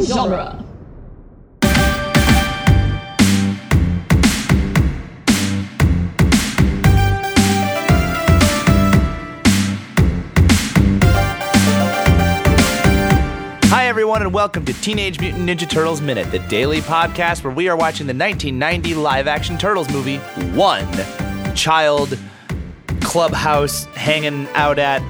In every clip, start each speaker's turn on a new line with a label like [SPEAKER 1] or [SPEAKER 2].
[SPEAKER 1] genre.
[SPEAKER 2] Hi, everyone, and welcome to Teenage Mutant Ninja Turtles Minute, the daily podcast where we are watching the 1990 live action Turtles movie, One Child Clubhouse Hanging Out at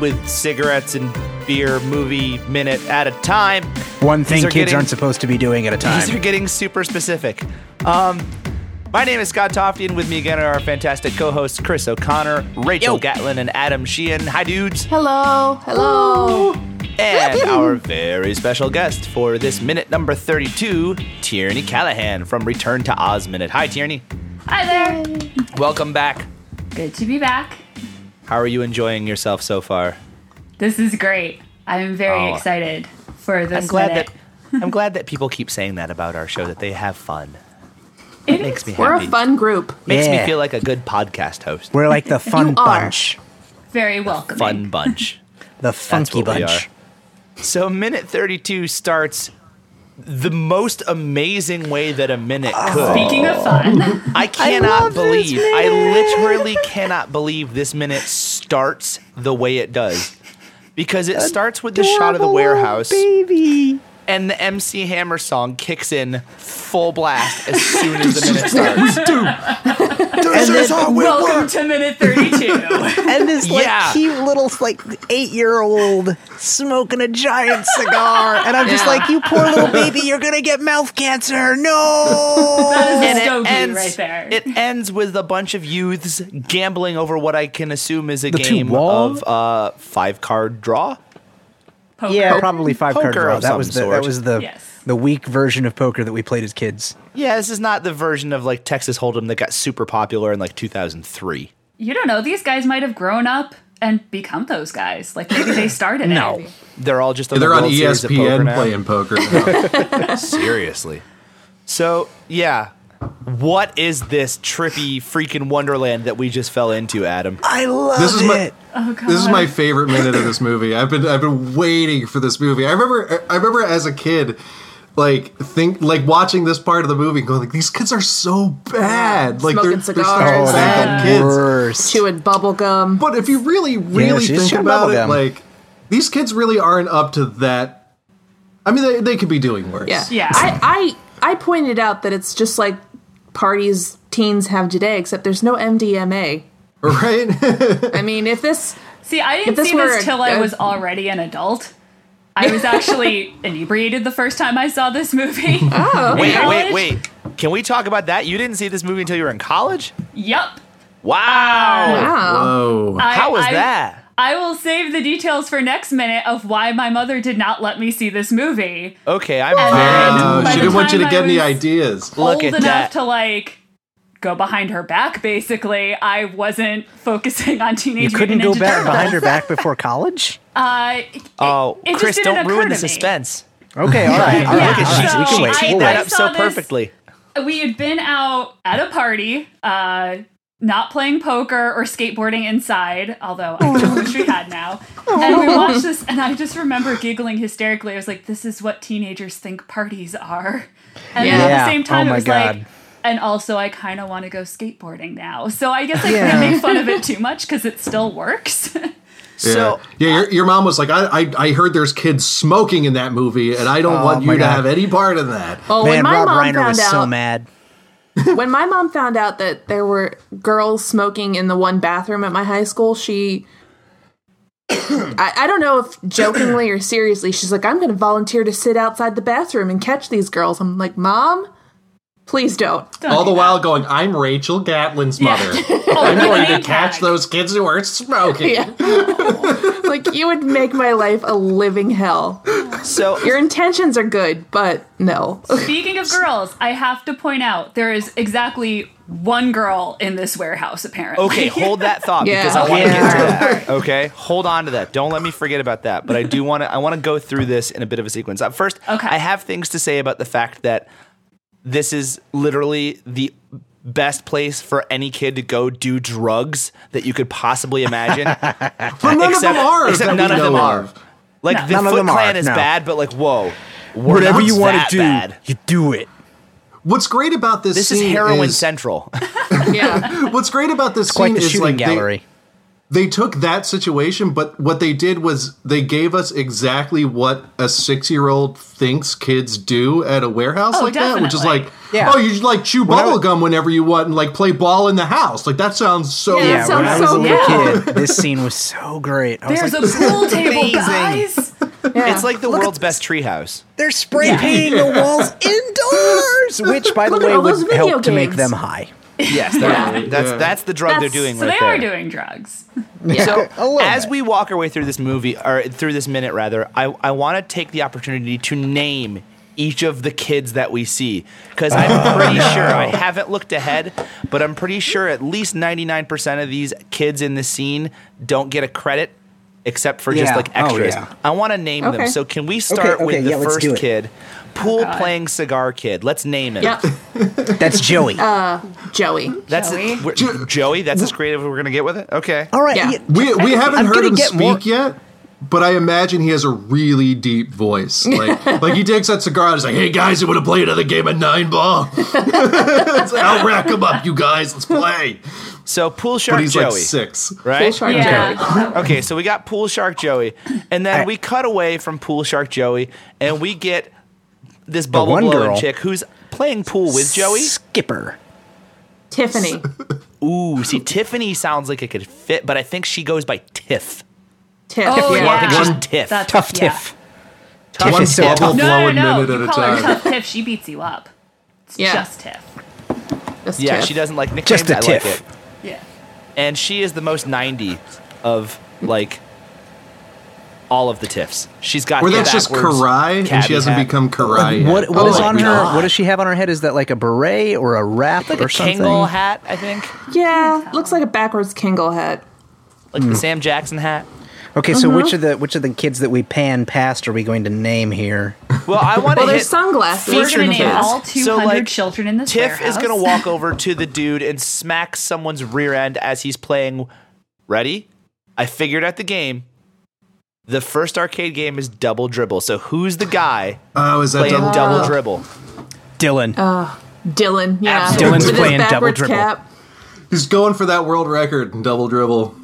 [SPEAKER 2] with Cigarettes and Beer Movie Minute at a Time.
[SPEAKER 3] One
[SPEAKER 2] These
[SPEAKER 3] thing
[SPEAKER 2] are
[SPEAKER 3] kids
[SPEAKER 2] getting-
[SPEAKER 3] aren't supposed to be doing at a time.
[SPEAKER 2] These are getting super specific. Um, my name is Scott Tofty, and with me again are our fantastic co hosts Chris O'Connor, Rachel
[SPEAKER 3] Yo.
[SPEAKER 2] Gatlin, and Adam Sheehan. Hi, dudes.
[SPEAKER 1] Hello, hello.
[SPEAKER 2] And our very special guest for this minute number 32, Tierney Callahan from Return to Oz Minute. Hi, Tierney.
[SPEAKER 4] Hi there.
[SPEAKER 2] Welcome back.
[SPEAKER 4] Good to be back.
[SPEAKER 2] How are you enjoying yourself so far?
[SPEAKER 4] This is great. I'm very
[SPEAKER 2] Oh.
[SPEAKER 4] excited for this
[SPEAKER 2] I'm glad
[SPEAKER 4] minute.
[SPEAKER 2] that I'm glad that people keep saying that about our show that they have fun.
[SPEAKER 4] It
[SPEAKER 2] Makes me
[SPEAKER 1] We're
[SPEAKER 2] happy.
[SPEAKER 1] a fun group.
[SPEAKER 2] Makes me
[SPEAKER 3] Yeah.
[SPEAKER 2] feel like a good podcast host.
[SPEAKER 3] We're like the fun
[SPEAKER 1] You are.
[SPEAKER 3] bunch,
[SPEAKER 4] very welcoming.
[SPEAKER 2] Fun bunch.
[SPEAKER 3] the funky
[SPEAKER 2] what we
[SPEAKER 3] bunch.
[SPEAKER 2] So minute 32 starts the most amazing way that a minute could.
[SPEAKER 4] Speaking of fun,
[SPEAKER 2] I cannot believe. I literally cannot believe this minute starts the way it does. Because it starts with the shot of the warehouse
[SPEAKER 3] baby.
[SPEAKER 2] and the MC Hammer song kicks in full blast as soon as the minute starts.
[SPEAKER 3] And this,
[SPEAKER 1] Oh.
[SPEAKER 4] welcome to minute 32.
[SPEAKER 3] and this like
[SPEAKER 2] Yeah.
[SPEAKER 3] cute little like eight year old smoking a giant cigar, and I'm just
[SPEAKER 4] Yeah.
[SPEAKER 3] like, you poor little baby, you're gonna get mouth cancer. No.
[SPEAKER 4] that is a
[SPEAKER 2] And
[SPEAKER 4] stogie
[SPEAKER 2] it ends,
[SPEAKER 4] right there.
[SPEAKER 2] it ends with a bunch of youths gambling over what I can assume is a
[SPEAKER 3] The two
[SPEAKER 2] game
[SPEAKER 3] wall?
[SPEAKER 2] of uh, five card draw.
[SPEAKER 4] Poker.
[SPEAKER 3] Yeah, probably five card
[SPEAKER 2] Poker
[SPEAKER 3] draw.
[SPEAKER 2] of
[SPEAKER 3] That was
[SPEAKER 2] some
[SPEAKER 3] the
[SPEAKER 2] sort.
[SPEAKER 3] that was the
[SPEAKER 4] Yes.
[SPEAKER 3] the weak version of poker that we played as kids.
[SPEAKER 2] Yeah, this is not the version of like Texas Hold'em that got super popular in like 2003.
[SPEAKER 4] You don't know. These guys might have grown up and become those guys. Like maybe they started no. it.
[SPEAKER 2] They're all just on
[SPEAKER 5] They're
[SPEAKER 2] the
[SPEAKER 5] on E
[SPEAKER 2] World Series of poker
[SPEAKER 5] ESPN
[SPEAKER 2] now.
[SPEAKER 5] playing poker. Now.
[SPEAKER 2] Seriously. So, yeah. What is this trippy freaking wonderland that we just fell into, Adam?
[SPEAKER 3] I love
[SPEAKER 5] This is my-
[SPEAKER 3] it.
[SPEAKER 4] Oh god.
[SPEAKER 5] this is my favorite minute of this movie. I've been I've been waiting for this movie. I remember I remember as a kid, like think like watching this part of the movie, and going like these kids are so bad. Like
[SPEAKER 1] Smoking
[SPEAKER 5] they're, they're such
[SPEAKER 1] cigars. Oh,
[SPEAKER 5] bad
[SPEAKER 3] the
[SPEAKER 5] kids.
[SPEAKER 3] worst.
[SPEAKER 1] Chewing bubble gum.
[SPEAKER 5] But if you really, really
[SPEAKER 3] she is
[SPEAKER 5] think
[SPEAKER 3] chewing
[SPEAKER 5] about it,
[SPEAKER 3] bubblegum.
[SPEAKER 5] like these kids really aren't up to that. I mean, they, they could be doing worse.
[SPEAKER 1] Yeah.
[SPEAKER 4] Yeah.
[SPEAKER 1] I, I I pointed out that it's just like parties teens have today, except there's no MDMA.
[SPEAKER 5] right.
[SPEAKER 1] I mean, if this
[SPEAKER 4] See, I
[SPEAKER 1] If
[SPEAKER 4] didn't
[SPEAKER 1] this
[SPEAKER 4] see
[SPEAKER 1] were a-
[SPEAKER 4] this till I
[SPEAKER 1] a-
[SPEAKER 4] was already an adult. I was actually inebriated the first time I saw this movie. Oh,
[SPEAKER 2] Wait, wait, wait. Can we talk about that? You didn't see this movie until you were in college?
[SPEAKER 4] Yep.
[SPEAKER 2] Wow.
[SPEAKER 1] wow,
[SPEAKER 5] oh,
[SPEAKER 4] I-
[SPEAKER 2] How was
[SPEAKER 4] I-
[SPEAKER 2] that?
[SPEAKER 4] I will save the details for next minute of why my mother did not let me see this movie.
[SPEAKER 2] Okay, I'm
[SPEAKER 4] then-
[SPEAKER 2] very.
[SPEAKER 4] By
[SPEAKER 5] Oh, she
[SPEAKER 4] the
[SPEAKER 5] didn't want you to
[SPEAKER 4] time
[SPEAKER 5] get
[SPEAKER 4] I
[SPEAKER 5] any
[SPEAKER 4] was-
[SPEAKER 5] ideas.
[SPEAKER 2] Look
[SPEAKER 4] Old
[SPEAKER 2] at
[SPEAKER 4] enough
[SPEAKER 2] that.
[SPEAKER 4] to like go behind her back, basically. I wasn't focusing on
[SPEAKER 3] You
[SPEAKER 4] teenage
[SPEAKER 3] couldn't
[SPEAKER 4] Mutant
[SPEAKER 3] go
[SPEAKER 4] Ninja
[SPEAKER 3] back
[SPEAKER 4] Turtles.
[SPEAKER 3] behind her back before college.
[SPEAKER 4] Uh, it-
[SPEAKER 2] Oh,
[SPEAKER 4] it just
[SPEAKER 2] Chris,
[SPEAKER 4] didn't
[SPEAKER 2] don't
[SPEAKER 4] occur
[SPEAKER 2] ruin the
[SPEAKER 4] to me.
[SPEAKER 2] suspense.
[SPEAKER 3] Okay, all right, all right,
[SPEAKER 4] Yeah,
[SPEAKER 3] all right.
[SPEAKER 4] so
[SPEAKER 3] we can wait.
[SPEAKER 4] I-
[SPEAKER 3] we'll
[SPEAKER 2] Teed
[SPEAKER 3] wait.
[SPEAKER 2] that up so
[SPEAKER 4] saw this-
[SPEAKER 2] perfectly.
[SPEAKER 4] we had been out at a party, uh, not playing poker or skateboarding inside, although I kind of wish we had now. And we watched this, and I just remember giggling hysterically. I was like, "This is what teenagers think parties are." And then at
[SPEAKER 3] Yeah.
[SPEAKER 4] the same time,
[SPEAKER 3] Oh
[SPEAKER 4] it
[SPEAKER 3] my
[SPEAKER 4] was
[SPEAKER 3] God.
[SPEAKER 4] like, and also I kind of want to go skateboarding now. So I guess I
[SPEAKER 3] Yeah.
[SPEAKER 4] can't make fun of it too much because it still works.
[SPEAKER 2] So,
[SPEAKER 5] yeah, yeah your, your mom was like, I, I I heard there's kids smoking in that movie, and I don't want
[SPEAKER 3] my
[SPEAKER 5] you to
[SPEAKER 3] God.
[SPEAKER 5] have any part in that.
[SPEAKER 1] Well, when
[SPEAKER 3] Man,
[SPEAKER 1] my
[SPEAKER 3] Rob
[SPEAKER 1] mom
[SPEAKER 3] Reiner
[SPEAKER 1] found
[SPEAKER 3] was
[SPEAKER 1] out,
[SPEAKER 3] so mad.
[SPEAKER 1] when my mom found out that there were girls smoking in the one bathroom at my high school, she. I, I don't know if jokingly or seriously, she's like, I'm going to volunteer to sit outside the bathroom and catch these girls. I'm like, Mom, please don't.
[SPEAKER 5] All the while going, I'm Rachel Gatlin's mother.
[SPEAKER 4] I'm
[SPEAKER 5] Going to catch those kids who are smoking.
[SPEAKER 1] Yeah. like, you would make my life a living hell.
[SPEAKER 2] so
[SPEAKER 1] Your intentions are good, but no.
[SPEAKER 4] Speaking of girls, I have to point out there is exactly one girl in this warehouse, apparently.
[SPEAKER 2] Okay, hold that thought
[SPEAKER 1] Yeah.
[SPEAKER 2] because I want to
[SPEAKER 3] Yeah.
[SPEAKER 2] get to that. Okay, hold on to that. Don't let me forget about that. But I do want to. I want to go through this in a bit of a sequence. Uh, First,
[SPEAKER 4] Okay.
[SPEAKER 2] I have things to say about the fact that this is literally the best place for any kid to go do drugs that you could possibly imagine.
[SPEAKER 5] But none
[SPEAKER 2] Except-
[SPEAKER 5] of them are.
[SPEAKER 2] except
[SPEAKER 5] that
[SPEAKER 2] none
[SPEAKER 5] we
[SPEAKER 2] of them
[SPEAKER 5] know
[SPEAKER 2] are.
[SPEAKER 5] of.
[SPEAKER 2] Like the
[SPEAKER 3] None of
[SPEAKER 2] Foot
[SPEAKER 3] them are,
[SPEAKER 2] Clan is
[SPEAKER 3] no.
[SPEAKER 2] bad, but like whoa,
[SPEAKER 6] Whatever you
[SPEAKER 2] not
[SPEAKER 6] want
[SPEAKER 2] that
[SPEAKER 6] to do,
[SPEAKER 2] bad.
[SPEAKER 6] you do it.
[SPEAKER 5] What's great about this?
[SPEAKER 2] This is
[SPEAKER 5] scene
[SPEAKER 2] heroin central.
[SPEAKER 1] Yeah.
[SPEAKER 5] What's great about this
[SPEAKER 2] Quite
[SPEAKER 5] scene
[SPEAKER 2] the
[SPEAKER 5] is
[SPEAKER 2] shooting
[SPEAKER 5] like they-
[SPEAKER 2] gallery.
[SPEAKER 5] they took that situation, but what they did was they gave us exactly what a six year old thinks kids do at a warehouse
[SPEAKER 4] Oh,
[SPEAKER 5] like that, which is
[SPEAKER 4] definitely.
[SPEAKER 5] like,
[SPEAKER 6] Yeah.
[SPEAKER 5] oh, you just, like chew
[SPEAKER 6] I
[SPEAKER 5] bubble
[SPEAKER 6] was-
[SPEAKER 5] gum whenever you want and like play ball in the house. Like that sounds so.
[SPEAKER 1] Yeah, that
[SPEAKER 6] Yeah, when
[SPEAKER 1] sounds
[SPEAKER 6] I was
[SPEAKER 1] so
[SPEAKER 6] a little
[SPEAKER 4] cool.
[SPEAKER 6] kid, this scene was so great. I was
[SPEAKER 4] There's
[SPEAKER 6] like,
[SPEAKER 4] a pool table,
[SPEAKER 6] amazing.
[SPEAKER 4] guys.
[SPEAKER 1] Yeah.
[SPEAKER 2] It's like the world's best treehouse.
[SPEAKER 6] they're spray painting the walls indoors, which, by the
[SPEAKER 1] Look at
[SPEAKER 6] way,
[SPEAKER 1] all those
[SPEAKER 6] would
[SPEAKER 1] video
[SPEAKER 6] help to make
[SPEAKER 1] games.
[SPEAKER 6] them high.
[SPEAKER 2] Yes, they're- that's
[SPEAKER 5] Yeah.
[SPEAKER 2] that's the drug they're doing.
[SPEAKER 4] so
[SPEAKER 2] right
[SPEAKER 4] they
[SPEAKER 2] there.
[SPEAKER 4] are doing drugs.
[SPEAKER 2] So
[SPEAKER 6] A little
[SPEAKER 2] as
[SPEAKER 6] bit.
[SPEAKER 2] we walk our way through this movie or through this minute rather, I, I want to take the opportunity to name each of the kids that we see because I'm pretty sure I haven't looked ahead, but I'm pretty sure at least 99% of these kids in this scene don't get a credit except for just
[SPEAKER 6] Yeah.
[SPEAKER 2] like
[SPEAKER 6] Oh,
[SPEAKER 2] extras.
[SPEAKER 6] yeah.
[SPEAKER 2] I want to name
[SPEAKER 1] Okay.
[SPEAKER 2] them. So can we start
[SPEAKER 6] okay,
[SPEAKER 2] with the
[SPEAKER 6] yeah, let's do
[SPEAKER 2] first
[SPEAKER 6] it.
[SPEAKER 2] kid, pool playing cigar kid? Let's name him.
[SPEAKER 1] Yep.
[SPEAKER 6] That's Joey.
[SPEAKER 1] Uh, Joey.
[SPEAKER 2] That's
[SPEAKER 4] Joey.
[SPEAKER 2] we're- Joey. That's as creative we're gonna get with it. Okay.
[SPEAKER 6] All right.
[SPEAKER 1] Yeah.
[SPEAKER 6] yeah,
[SPEAKER 5] We we haven't
[SPEAKER 6] I'm
[SPEAKER 5] heard
[SPEAKER 6] gonna
[SPEAKER 5] him
[SPEAKER 6] get
[SPEAKER 5] speak
[SPEAKER 6] more-
[SPEAKER 5] yet, but I imagine he has a really deep voice. Like like he takes that cigar and he's like, "Hey guys, you want to play another game of nine ball? It's like, I'll rack them up, you guys. Let's play."
[SPEAKER 2] So pool
[SPEAKER 5] But
[SPEAKER 2] shark
[SPEAKER 5] he's
[SPEAKER 2] Joey.
[SPEAKER 5] like six.
[SPEAKER 1] Full
[SPEAKER 2] Right.
[SPEAKER 1] shark
[SPEAKER 4] Yeah.
[SPEAKER 1] Joey.
[SPEAKER 2] Okay, so we got Pool Shark Joey, and then we cut away from Pool Shark Joey, and we get this bubble
[SPEAKER 6] one
[SPEAKER 2] blowing
[SPEAKER 6] girl.
[SPEAKER 2] chick who's playing pool with Joey.
[SPEAKER 6] Skipper.
[SPEAKER 1] Tiffany.
[SPEAKER 2] Ooh, see, Tiffany sounds like it could fit, but I think she goes by Tiff.
[SPEAKER 1] Tiff.
[SPEAKER 4] Oh,
[SPEAKER 2] I think
[SPEAKER 4] yeah.
[SPEAKER 2] she's
[SPEAKER 5] One-
[SPEAKER 2] Tiff.
[SPEAKER 4] That's-
[SPEAKER 6] Tough
[SPEAKER 4] yeah.
[SPEAKER 6] Tiff.
[SPEAKER 2] Tough
[SPEAKER 6] Tiff
[SPEAKER 5] One
[SPEAKER 6] is so
[SPEAKER 5] bubble
[SPEAKER 6] tough.
[SPEAKER 5] blowing
[SPEAKER 4] No, no,
[SPEAKER 5] minute
[SPEAKER 4] no.
[SPEAKER 5] at
[SPEAKER 4] You
[SPEAKER 5] a
[SPEAKER 4] call her
[SPEAKER 5] time.
[SPEAKER 4] Tough Tiff, she beats you up. It's
[SPEAKER 1] Yeah.
[SPEAKER 4] just Tiff.
[SPEAKER 1] That's
[SPEAKER 2] yeah,
[SPEAKER 1] Tiff.
[SPEAKER 2] she doesn't like nicknames.
[SPEAKER 6] Just a
[SPEAKER 2] I
[SPEAKER 6] Tiff.
[SPEAKER 2] Like it.
[SPEAKER 4] Yeah.
[SPEAKER 2] And she is the most 90 of, like, all of the Tiffs. She's got
[SPEAKER 5] Or
[SPEAKER 2] the
[SPEAKER 5] that's just
[SPEAKER 2] backwards
[SPEAKER 5] Karai, and she
[SPEAKER 2] cabbie
[SPEAKER 5] hasn't
[SPEAKER 2] hat.
[SPEAKER 5] become Karai. yet.
[SPEAKER 6] What What
[SPEAKER 1] Oh
[SPEAKER 6] is
[SPEAKER 1] my
[SPEAKER 6] on her?
[SPEAKER 1] God.
[SPEAKER 6] What does she have on her head? Is that like a beret or a wrap
[SPEAKER 2] Like
[SPEAKER 6] or
[SPEAKER 2] a
[SPEAKER 6] something?
[SPEAKER 2] Kangol hat, I think.
[SPEAKER 1] Yeah. Looks like a backwards Kingle hat.
[SPEAKER 2] Like the Sam Jackson hat.
[SPEAKER 6] Okay, so
[SPEAKER 1] Mm-hmm.
[SPEAKER 6] which of the which of the kids that we pan past are we going to name here?
[SPEAKER 2] Well, I want to
[SPEAKER 1] Well, there's
[SPEAKER 2] hit...
[SPEAKER 1] sunglasses.
[SPEAKER 4] We're gonna
[SPEAKER 2] Featured
[SPEAKER 4] name
[SPEAKER 2] kids.
[SPEAKER 4] all two
[SPEAKER 2] So,
[SPEAKER 4] hundred
[SPEAKER 2] like,
[SPEAKER 4] children in this
[SPEAKER 2] Tiff is going to walk
[SPEAKER 4] warehouse.
[SPEAKER 2] over to the dude and smack someone's rear end as he's playing. Ready? I figured out the game. The first arcade game is double dribble. So who's the guy
[SPEAKER 5] Oh, is that
[SPEAKER 2] playing
[SPEAKER 5] double?
[SPEAKER 2] double dribble?
[SPEAKER 6] Dylan.
[SPEAKER 1] Uh. Dylan. Yeah.
[SPEAKER 2] Absolutely.
[SPEAKER 6] Dylan's
[SPEAKER 1] With his
[SPEAKER 6] playing double
[SPEAKER 1] backwards
[SPEAKER 6] dribble.
[SPEAKER 1] Cap.
[SPEAKER 5] He's going for that world record in double dribble.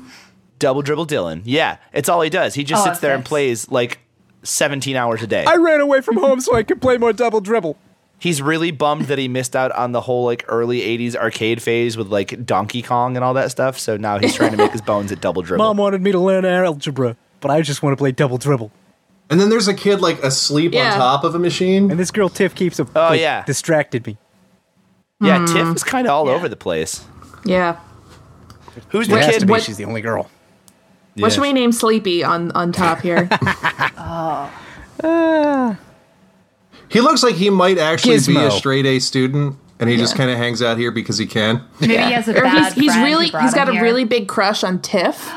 [SPEAKER 2] Double dribble Dylan. Yeah, it's all he does. He just
[SPEAKER 4] Oh,
[SPEAKER 2] sits there and
[SPEAKER 4] thanks.
[SPEAKER 2] plays like 17 hours a day.
[SPEAKER 6] ran away from home so I could play more double dribble.
[SPEAKER 2] He's really bummed that he missed out on the whole like early 80s arcade phase with like Donkey Kong and all that stuff. So now he's trying to make his bones at double dribble.
[SPEAKER 6] Mom wanted me to learn algebra, but I just want to play double dribble.
[SPEAKER 5] And then there's a kid like asleep
[SPEAKER 1] Yeah.
[SPEAKER 5] on top of a machine.
[SPEAKER 6] And this girl Tiff keeps a, oh
[SPEAKER 2] yeah.
[SPEAKER 6] distracted me.
[SPEAKER 2] yeah, Tiff is kind of all
[SPEAKER 4] Yeah.
[SPEAKER 2] over the place.
[SPEAKER 1] Yeah.
[SPEAKER 2] Who's the
[SPEAKER 6] It has
[SPEAKER 2] kid?
[SPEAKER 6] to be.
[SPEAKER 1] what-
[SPEAKER 6] She's the only girl.
[SPEAKER 1] What should we name Sleepy on on top here?
[SPEAKER 5] He looks like he might actually be a
[SPEAKER 6] Gizmo.
[SPEAKER 5] straight A student, and he just
[SPEAKER 1] Yeah.
[SPEAKER 5] kind of hangs out here because he can.
[SPEAKER 4] Maybe he has a
[SPEAKER 1] Or he's,
[SPEAKER 4] bad
[SPEAKER 1] he's
[SPEAKER 4] friend who
[SPEAKER 1] really
[SPEAKER 4] brought
[SPEAKER 1] he's got a
[SPEAKER 4] him here.
[SPEAKER 1] really big crush on Tiff,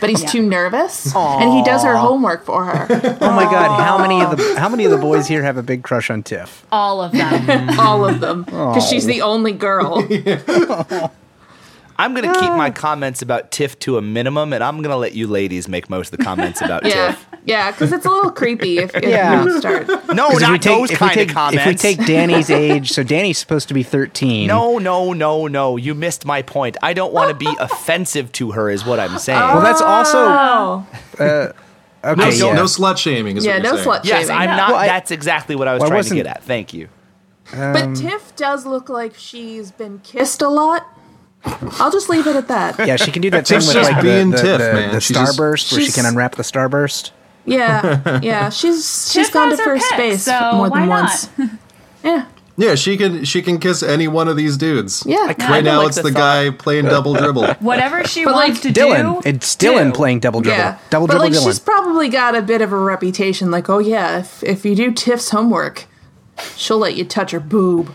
[SPEAKER 1] but he's too nervous, and he does her homework for her.
[SPEAKER 6] Oh my god, how many of the how many of the boys here have a big crush on Tiff?
[SPEAKER 2] Oh,
[SPEAKER 4] all of them.
[SPEAKER 1] All of them, because she's the only girl.
[SPEAKER 2] I'm going to keep my comments about Tiff to a minimum, and I'm going to let you ladies make most of the comments about
[SPEAKER 1] Yeah,
[SPEAKER 2] Tiff.
[SPEAKER 1] yeah, because it's a little creepy if, if
[SPEAKER 6] Yeah.
[SPEAKER 1] you start.
[SPEAKER 2] No,
[SPEAKER 6] 'Cause
[SPEAKER 2] not those
[SPEAKER 6] if, we
[SPEAKER 2] kind
[SPEAKER 6] take,
[SPEAKER 2] of comments.
[SPEAKER 6] if we take Danny's age, so Danny's supposed to be thirteen.
[SPEAKER 2] no, no, no, no. You missed my point. I don't want to be offensive to her, is what I'm saying.
[SPEAKER 6] Well, that's also uh,
[SPEAKER 1] Oh,
[SPEAKER 6] okay.
[SPEAKER 5] No,
[SPEAKER 6] yeah.
[SPEAKER 5] no slut shaming is
[SPEAKER 1] yeah,
[SPEAKER 5] what you're
[SPEAKER 1] no
[SPEAKER 5] saying.
[SPEAKER 1] slut
[SPEAKER 2] yes,
[SPEAKER 1] shaming.
[SPEAKER 2] I'm not.
[SPEAKER 6] Well, I-
[SPEAKER 2] that's exactly what I was
[SPEAKER 6] Well, I
[SPEAKER 2] trying to get
[SPEAKER 6] wasn't-
[SPEAKER 2] at. Thank you.
[SPEAKER 1] but Tiff does look like she's been kissed a lot. I'll just leave it at that.
[SPEAKER 6] Yeah, she can do that thing
[SPEAKER 5] Tiff's
[SPEAKER 6] with
[SPEAKER 5] just
[SPEAKER 6] like the,
[SPEAKER 5] being
[SPEAKER 6] the,
[SPEAKER 5] Tiff,
[SPEAKER 6] the-
[SPEAKER 5] man.
[SPEAKER 6] the
[SPEAKER 5] She just-
[SPEAKER 6] starburst where she
[SPEAKER 1] She's-
[SPEAKER 6] can unwrap the starburst.
[SPEAKER 1] Yeah, yeah, she's she's
[SPEAKER 4] Tiff
[SPEAKER 1] gone to
[SPEAKER 4] has her
[SPEAKER 1] first
[SPEAKER 4] pick,
[SPEAKER 1] base
[SPEAKER 4] so
[SPEAKER 1] more
[SPEAKER 4] why
[SPEAKER 1] than
[SPEAKER 4] not?
[SPEAKER 1] once. Yeah,
[SPEAKER 5] Yeah, she can she can kiss any one of these dudes.
[SPEAKER 1] yeah.
[SPEAKER 5] Right
[SPEAKER 2] kinda
[SPEAKER 5] now
[SPEAKER 2] like
[SPEAKER 5] it's
[SPEAKER 2] the
[SPEAKER 5] the, guy playing double dribble.
[SPEAKER 4] Whatever she
[SPEAKER 1] But,
[SPEAKER 4] wants
[SPEAKER 1] like,
[SPEAKER 4] to
[SPEAKER 6] Dylan,
[SPEAKER 4] do.
[SPEAKER 6] it's Dylan
[SPEAKER 4] do.
[SPEAKER 6] playing double dribble,
[SPEAKER 1] Yeah,
[SPEAKER 6] double
[SPEAKER 1] but
[SPEAKER 6] dribble
[SPEAKER 1] like
[SPEAKER 6] Dylan.
[SPEAKER 1] she's probably got a bit of a reputation. Like, oh yeah, if if you do Tiff's homework, she'll let you touch her boob.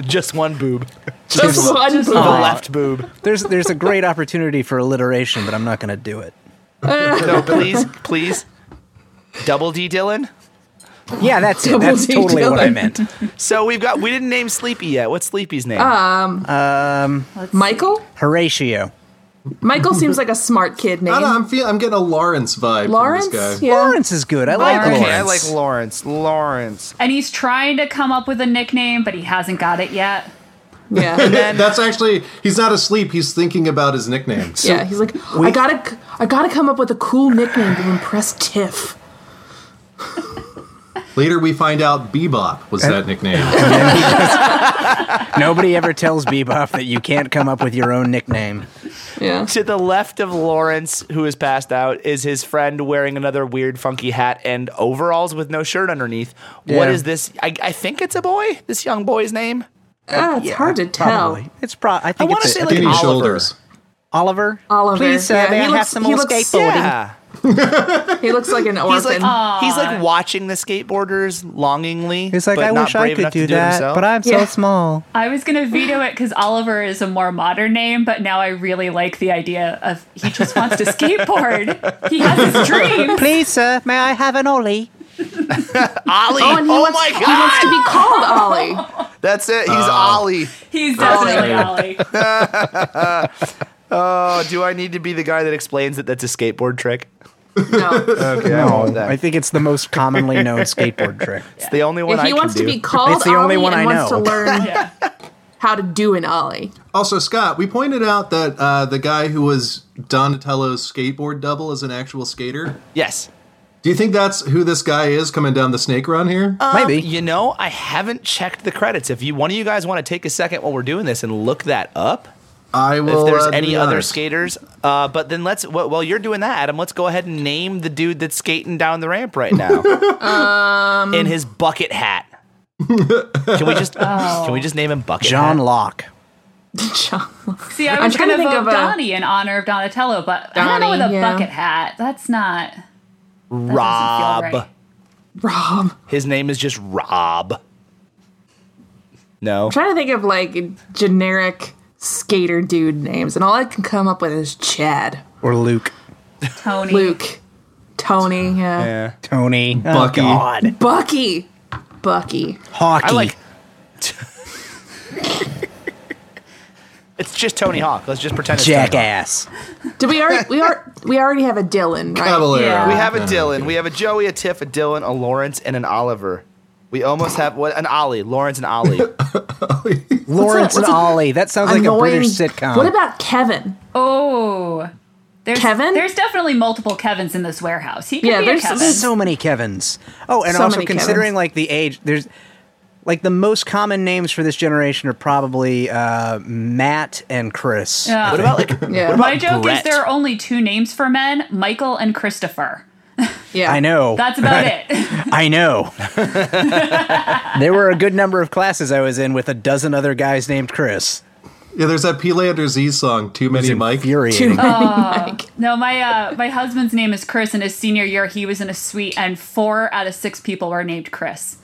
[SPEAKER 2] Just one boob,
[SPEAKER 1] Just one boob.
[SPEAKER 2] the left boob.
[SPEAKER 6] There's there's a great opportunity for alliteration, but I'm not going to do it.
[SPEAKER 2] No, please, please. Double D, Dylan.
[SPEAKER 6] Yeah, that's it.
[SPEAKER 1] Double
[SPEAKER 6] That's
[SPEAKER 1] D
[SPEAKER 6] totally what I
[SPEAKER 1] Dylan.
[SPEAKER 6] meant.
[SPEAKER 2] So we've got. We didn't name Sleepy yet. What's Sleepy's name?
[SPEAKER 6] Um,
[SPEAKER 1] Michael.
[SPEAKER 6] Horatio.
[SPEAKER 1] Michael seems like a smart kid name.
[SPEAKER 5] I don't know, I'm feel, I'm getting a Lawrence vibe.
[SPEAKER 1] Lawrence?
[SPEAKER 5] From this guy.
[SPEAKER 1] Yeah.
[SPEAKER 6] Lawrence is good. I like
[SPEAKER 2] Okay,
[SPEAKER 6] Lawrence.
[SPEAKER 2] I like Lawrence. Lawrence.
[SPEAKER 4] And he's trying to come up with a nickname, but he hasn't got it yet.
[SPEAKER 1] Yeah.
[SPEAKER 5] That's actually he's not asleep. He's thinking about his nickname.
[SPEAKER 1] yeah. He's like, I gotta, I gotta come up with a cool nickname to impress Tiff.
[SPEAKER 5] Later we find out Bebop was that nickname.
[SPEAKER 6] Nobody ever tells Bebop that you can't come up with your own nickname.
[SPEAKER 1] Yeah.
[SPEAKER 2] To the left of Lawrence, who is passed out, is his friend wearing another weird, funky hat and overalls with no shirt underneath. What
[SPEAKER 6] Yeah.
[SPEAKER 2] is this? I, I think it's a boy. This young boy's name.
[SPEAKER 1] Ah, it's hard to tell.
[SPEAKER 6] Probably. It's pro. I
[SPEAKER 2] I
[SPEAKER 6] think
[SPEAKER 2] want
[SPEAKER 6] it's
[SPEAKER 2] to say
[SPEAKER 6] a- I
[SPEAKER 2] like
[SPEAKER 6] think
[SPEAKER 5] Skinny
[SPEAKER 2] Oliver.
[SPEAKER 5] shoulders.
[SPEAKER 6] Oliver.
[SPEAKER 1] Oliver.
[SPEAKER 6] Please, uh,
[SPEAKER 1] Yeah,
[SPEAKER 6] may
[SPEAKER 1] he
[SPEAKER 6] I have
[SPEAKER 1] looks-
[SPEAKER 6] some
[SPEAKER 1] he
[SPEAKER 6] old
[SPEAKER 1] looks-
[SPEAKER 6] skateboarding?
[SPEAKER 2] Yeah.
[SPEAKER 1] He looks like "Oh, an
[SPEAKER 2] He's
[SPEAKER 1] orphan.
[SPEAKER 2] like he's like watching the skateboarders longingly.
[SPEAKER 6] He's like,
[SPEAKER 2] but
[SPEAKER 6] I
[SPEAKER 2] not
[SPEAKER 6] wish I
[SPEAKER 2] brave
[SPEAKER 6] could
[SPEAKER 2] enough to
[SPEAKER 6] do
[SPEAKER 2] it
[SPEAKER 6] that,
[SPEAKER 2] himself."
[SPEAKER 6] but I'm
[SPEAKER 1] Yeah.
[SPEAKER 6] so small.
[SPEAKER 4] I was gonna veto it because Oliver is a more modern name, but now I really like the idea of he just wants to skateboard. He has his dream.
[SPEAKER 6] Please, sir, may I have an ollie?
[SPEAKER 2] Ollie.
[SPEAKER 1] oh, and he
[SPEAKER 2] Oh,
[SPEAKER 1] wants,
[SPEAKER 2] my
[SPEAKER 1] he wants
[SPEAKER 2] god.
[SPEAKER 1] to be called Ollie.
[SPEAKER 2] That's it. He's
[SPEAKER 6] Oh.
[SPEAKER 2] Ollie.
[SPEAKER 4] He's definitely Ollie.
[SPEAKER 2] Oh, do I need to be the guy that explains that that's a skateboard trick?
[SPEAKER 1] No,
[SPEAKER 2] Okay, I want Oh, that.
[SPEAKER 6] I think it's the most commonly known skateboard trick.
[SPEAKER 2] It's the only one
[SPEAKER 1] yeah,
[SPEAKER 2] I
[SPEAKER 1] he
[SPEAKER 2] can
[SPEAKER 1] wants
[SPEAKER 2] do.
[SPEAKER 1] to be called
[SPEAKER 6] It's the only
[SPEAKER 1] Ollie
[SPEAKER 6] one
[SPEAKER 1] and
[SPEAKER 6] I
[SPEAKER 1] wants to
[SPEAKER 6] know.
[SPEAKER 1] learn
[SPEAKER 4] Yeah.
[SPEAKER 1] how to do an Ollie.
[SPEAKER 5] Also, Scott, we pointed out that uh, the guy who was Donatello's skateboard double is an actual skater.
[SPEAKER 2] yes.
[SPEAKER 5] Do you think that's who this guy is coming down the snake run here?
[SPEAKER 2] Uh,
[SPEAKER 1] Um,
[SPEAKER 6] Maybe.
[SPEAKER 2] You know, I haven't checked the credits. If you one of you guys want to take a second while we're doing this and look that up,
[SPEAKER 5] I will.
[SPEAKER 2] if there's
[SPEAKER 5] uh, do
[SPEAKER 2] any
[SPEAKER 5] the
[SPEAKER 2] other
[SPEAKER 5] honors.
[SPEAKER 2] skaters, uh, but then let's wh- while you're doing that, Adam, let's go ahead and name the dude that's skating down the ramp right now
[SPEAKER 4] Um,
[SPEAKER 2] in his bucket hat. can we just can we just name him Bucket
[SPEAKER 6] John
[SPEAKER 2] Hat?
[SPEAKER 6] Locke.
[SPEAKER 1] John.
[SPEAKER 4] See, I
[SPEAKER 1] I'm
[SPEAKER 4] was
[SPEAKER 1] trying to
[SPEAKER 4] gonna
[SPEAKER 1] think
[SPEAKER 4] vote
[SPEAKER 1] of a-
[SPEAKER 4] Donnie in honor of Donatello, but I don't know with
[SPEAKER 1] Donnie,
[SPEAKER 4] a
[SPEAKER 1] yeah.
[SPEAKER 4] bucket hat. That's not that doesn't feel
[SPEAKER 2] Rob.
[SPEAKER 4] right.
[SPEAKER 1] Rob.
[SPEAKER 2] His name is just Rob. No,
[SPEAKER 1] trying to think of like generic skater dude names, and all I can come up with is Chad,
[SPEAKER 6] Or Luke.
[SPEAKER 4] Tony.
[SPEAKER 1] Luke, Tony, yeah.
[SPEAKER 6] Tony.
[SPEAKER 5] Bucky.
[SPEAKER 6] Oh, God.
[SPEAKER 1] Bucky, Bucky.
[SPEAKER 6] Hockey.
[SPEAKER 2] I like. it's just Tony Hawk. Let's just pretend it's Tony Hawk.
[SPEAKER 6] Jackass.
[SPEAKER 1] Did we already we are we already have a Dylan, right?
[SPEAKER 5] Cavalero.
[SPEAKER 4] Yeah.
[SPEAKER 2] We have a Dylan. We have a Joey, a Tiff, a Dylan, a Lawrence, and an Oliver. We almost have what an Ollie, Lawrence and Ollie.
[SPEAKER 6] Lawrence and
[SPEAKER 1] what's a-
[SPEAKER 6] Ollie. That sounds like a
[SPEAKER 1] Annoying-
[SPEAKER 6] British sitcom.
[SPEAKER 1] What about Kevin?
[SPEAKER 4] Oh. There's,
[SPEAKER 1] Kevin?
[SPEAKER 4] There's definitely multiple Kevins in this warehouse. He could
[SPEAKER 1] Yeah,
[SPEAKER 4] be
[SPEAKER 1] there's-
[SPEAKER 4] a Kevin.
[SPEAKER 1] there's
[SPEAKER 6] so many Kevins? Oh, and
[SPEAKER 1] So
[SPEAKER 6] also
[SPEAKER 1] many
[SPEAKER 6] considering
[SPEAKER 1] Kevins.
[SPEAKER 6] like the age, there's like the most common names for this generation are probably uh, Matt and Chris.
[SPEAKER 4] Yeah.
[SPEAKER 2] What about like
[SPEAKER 1] Yeah,
[SPEAKER 4] My joke
[SPEAKER 2] Brett?
[SPEAKER 4] is there are only two names for men: Michael and Christopher.
[SPEAKER 1] yeah.
[SPEAKER 6] I know.
[SPEAKER 4] That's about it.
[SPEAKER 6] I know. there were a good number of classes I was in with a dozen other guys named Chris.
[SPEAKER 5] Yeah, there's that P. Lander Z song, Too Many Mike.
[SPEAKER 6] Infuriating.
[SPEAKER 1] Oh,
[SPEAKER 4] No, my uh, my husband's name is Chris, and his senior year he was in a suite, and four out of six people were named Chris.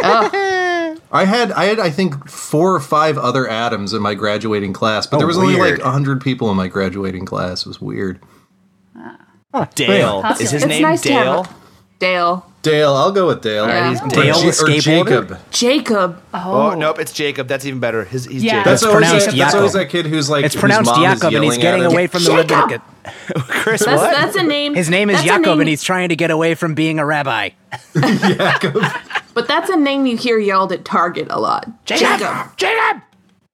[SPEAKER 5] I had, I had, I think, four or five other Adams in my graduating class, but there was only
[SPEAKER 6] Oh, weird.
[SPEAKER 5] like hundred people in my graduating class. It was weird.
[SPEAKER 2] Dale? Is his
[SPEAKER 1] It's
[SPEAKER 2] name
[SPEAKER 1] nice to have
[SPEAKER 2] Dale?
[SPEAKER 1] Dale,
[SPEAKER 5] Dale, I'll go with Dale.
[SPEAKER 1] Yeah.
[SPEAKER 5] Or
[SPEAKER 6] Dale
[SPEAKER 5] Ja-
[SPEAKER 6] the
[SPEAKER 5] or
[SPEAKER 6] skateboarder?
[SPEAKER 5] Jacob.
[SPEAKER 1] Jacob.
[SPEAKER 2] Oh nope, it's Jacob. That's even better. His, he's
[SPEAKER 4] Yeah.
[SPEAKER 5] That's
[SPEAKER 4] It's
[SPEAKER 5] always,
[SPEAKER 6] pronounced
[SPEAKER 5] that, that's
[SPEAKER 6] Jacob.
[SPEAKER 5] always that kid who's like
[SPEAKER 6] It's
[SPEAKER 5] whose
[SPEAKER 6] pronounced
[SPEAKER 5] mom is
[SPEAKER 6] Jakob, and he's
[SPEAKER 5] yelling at
[SPEAKER 6] getting
[SPEAKER 5] him.
[SPEAKER 6] away from the
[SPEAKER 1] Jacob!
[SPEAKER 6] rabbinic.
[SPEAKER 2] Jacob. Chris.
[SPEAKER 1] That's
[SPEAKER 2] what?
[SPEAKER 1] that's a name.
[SPEAKER 6] His name is
[SPEAKER 1] that's a
[SPEAKER 6] Jakob,
[SPEAKER 1] name-
[SPEAKER 6] and he's trying to get away from being a rabbi.
[SPEAKER 1] But that's a name you hear yelled at Target a lot. Jacob.
[SPEAKER 2] Jacob.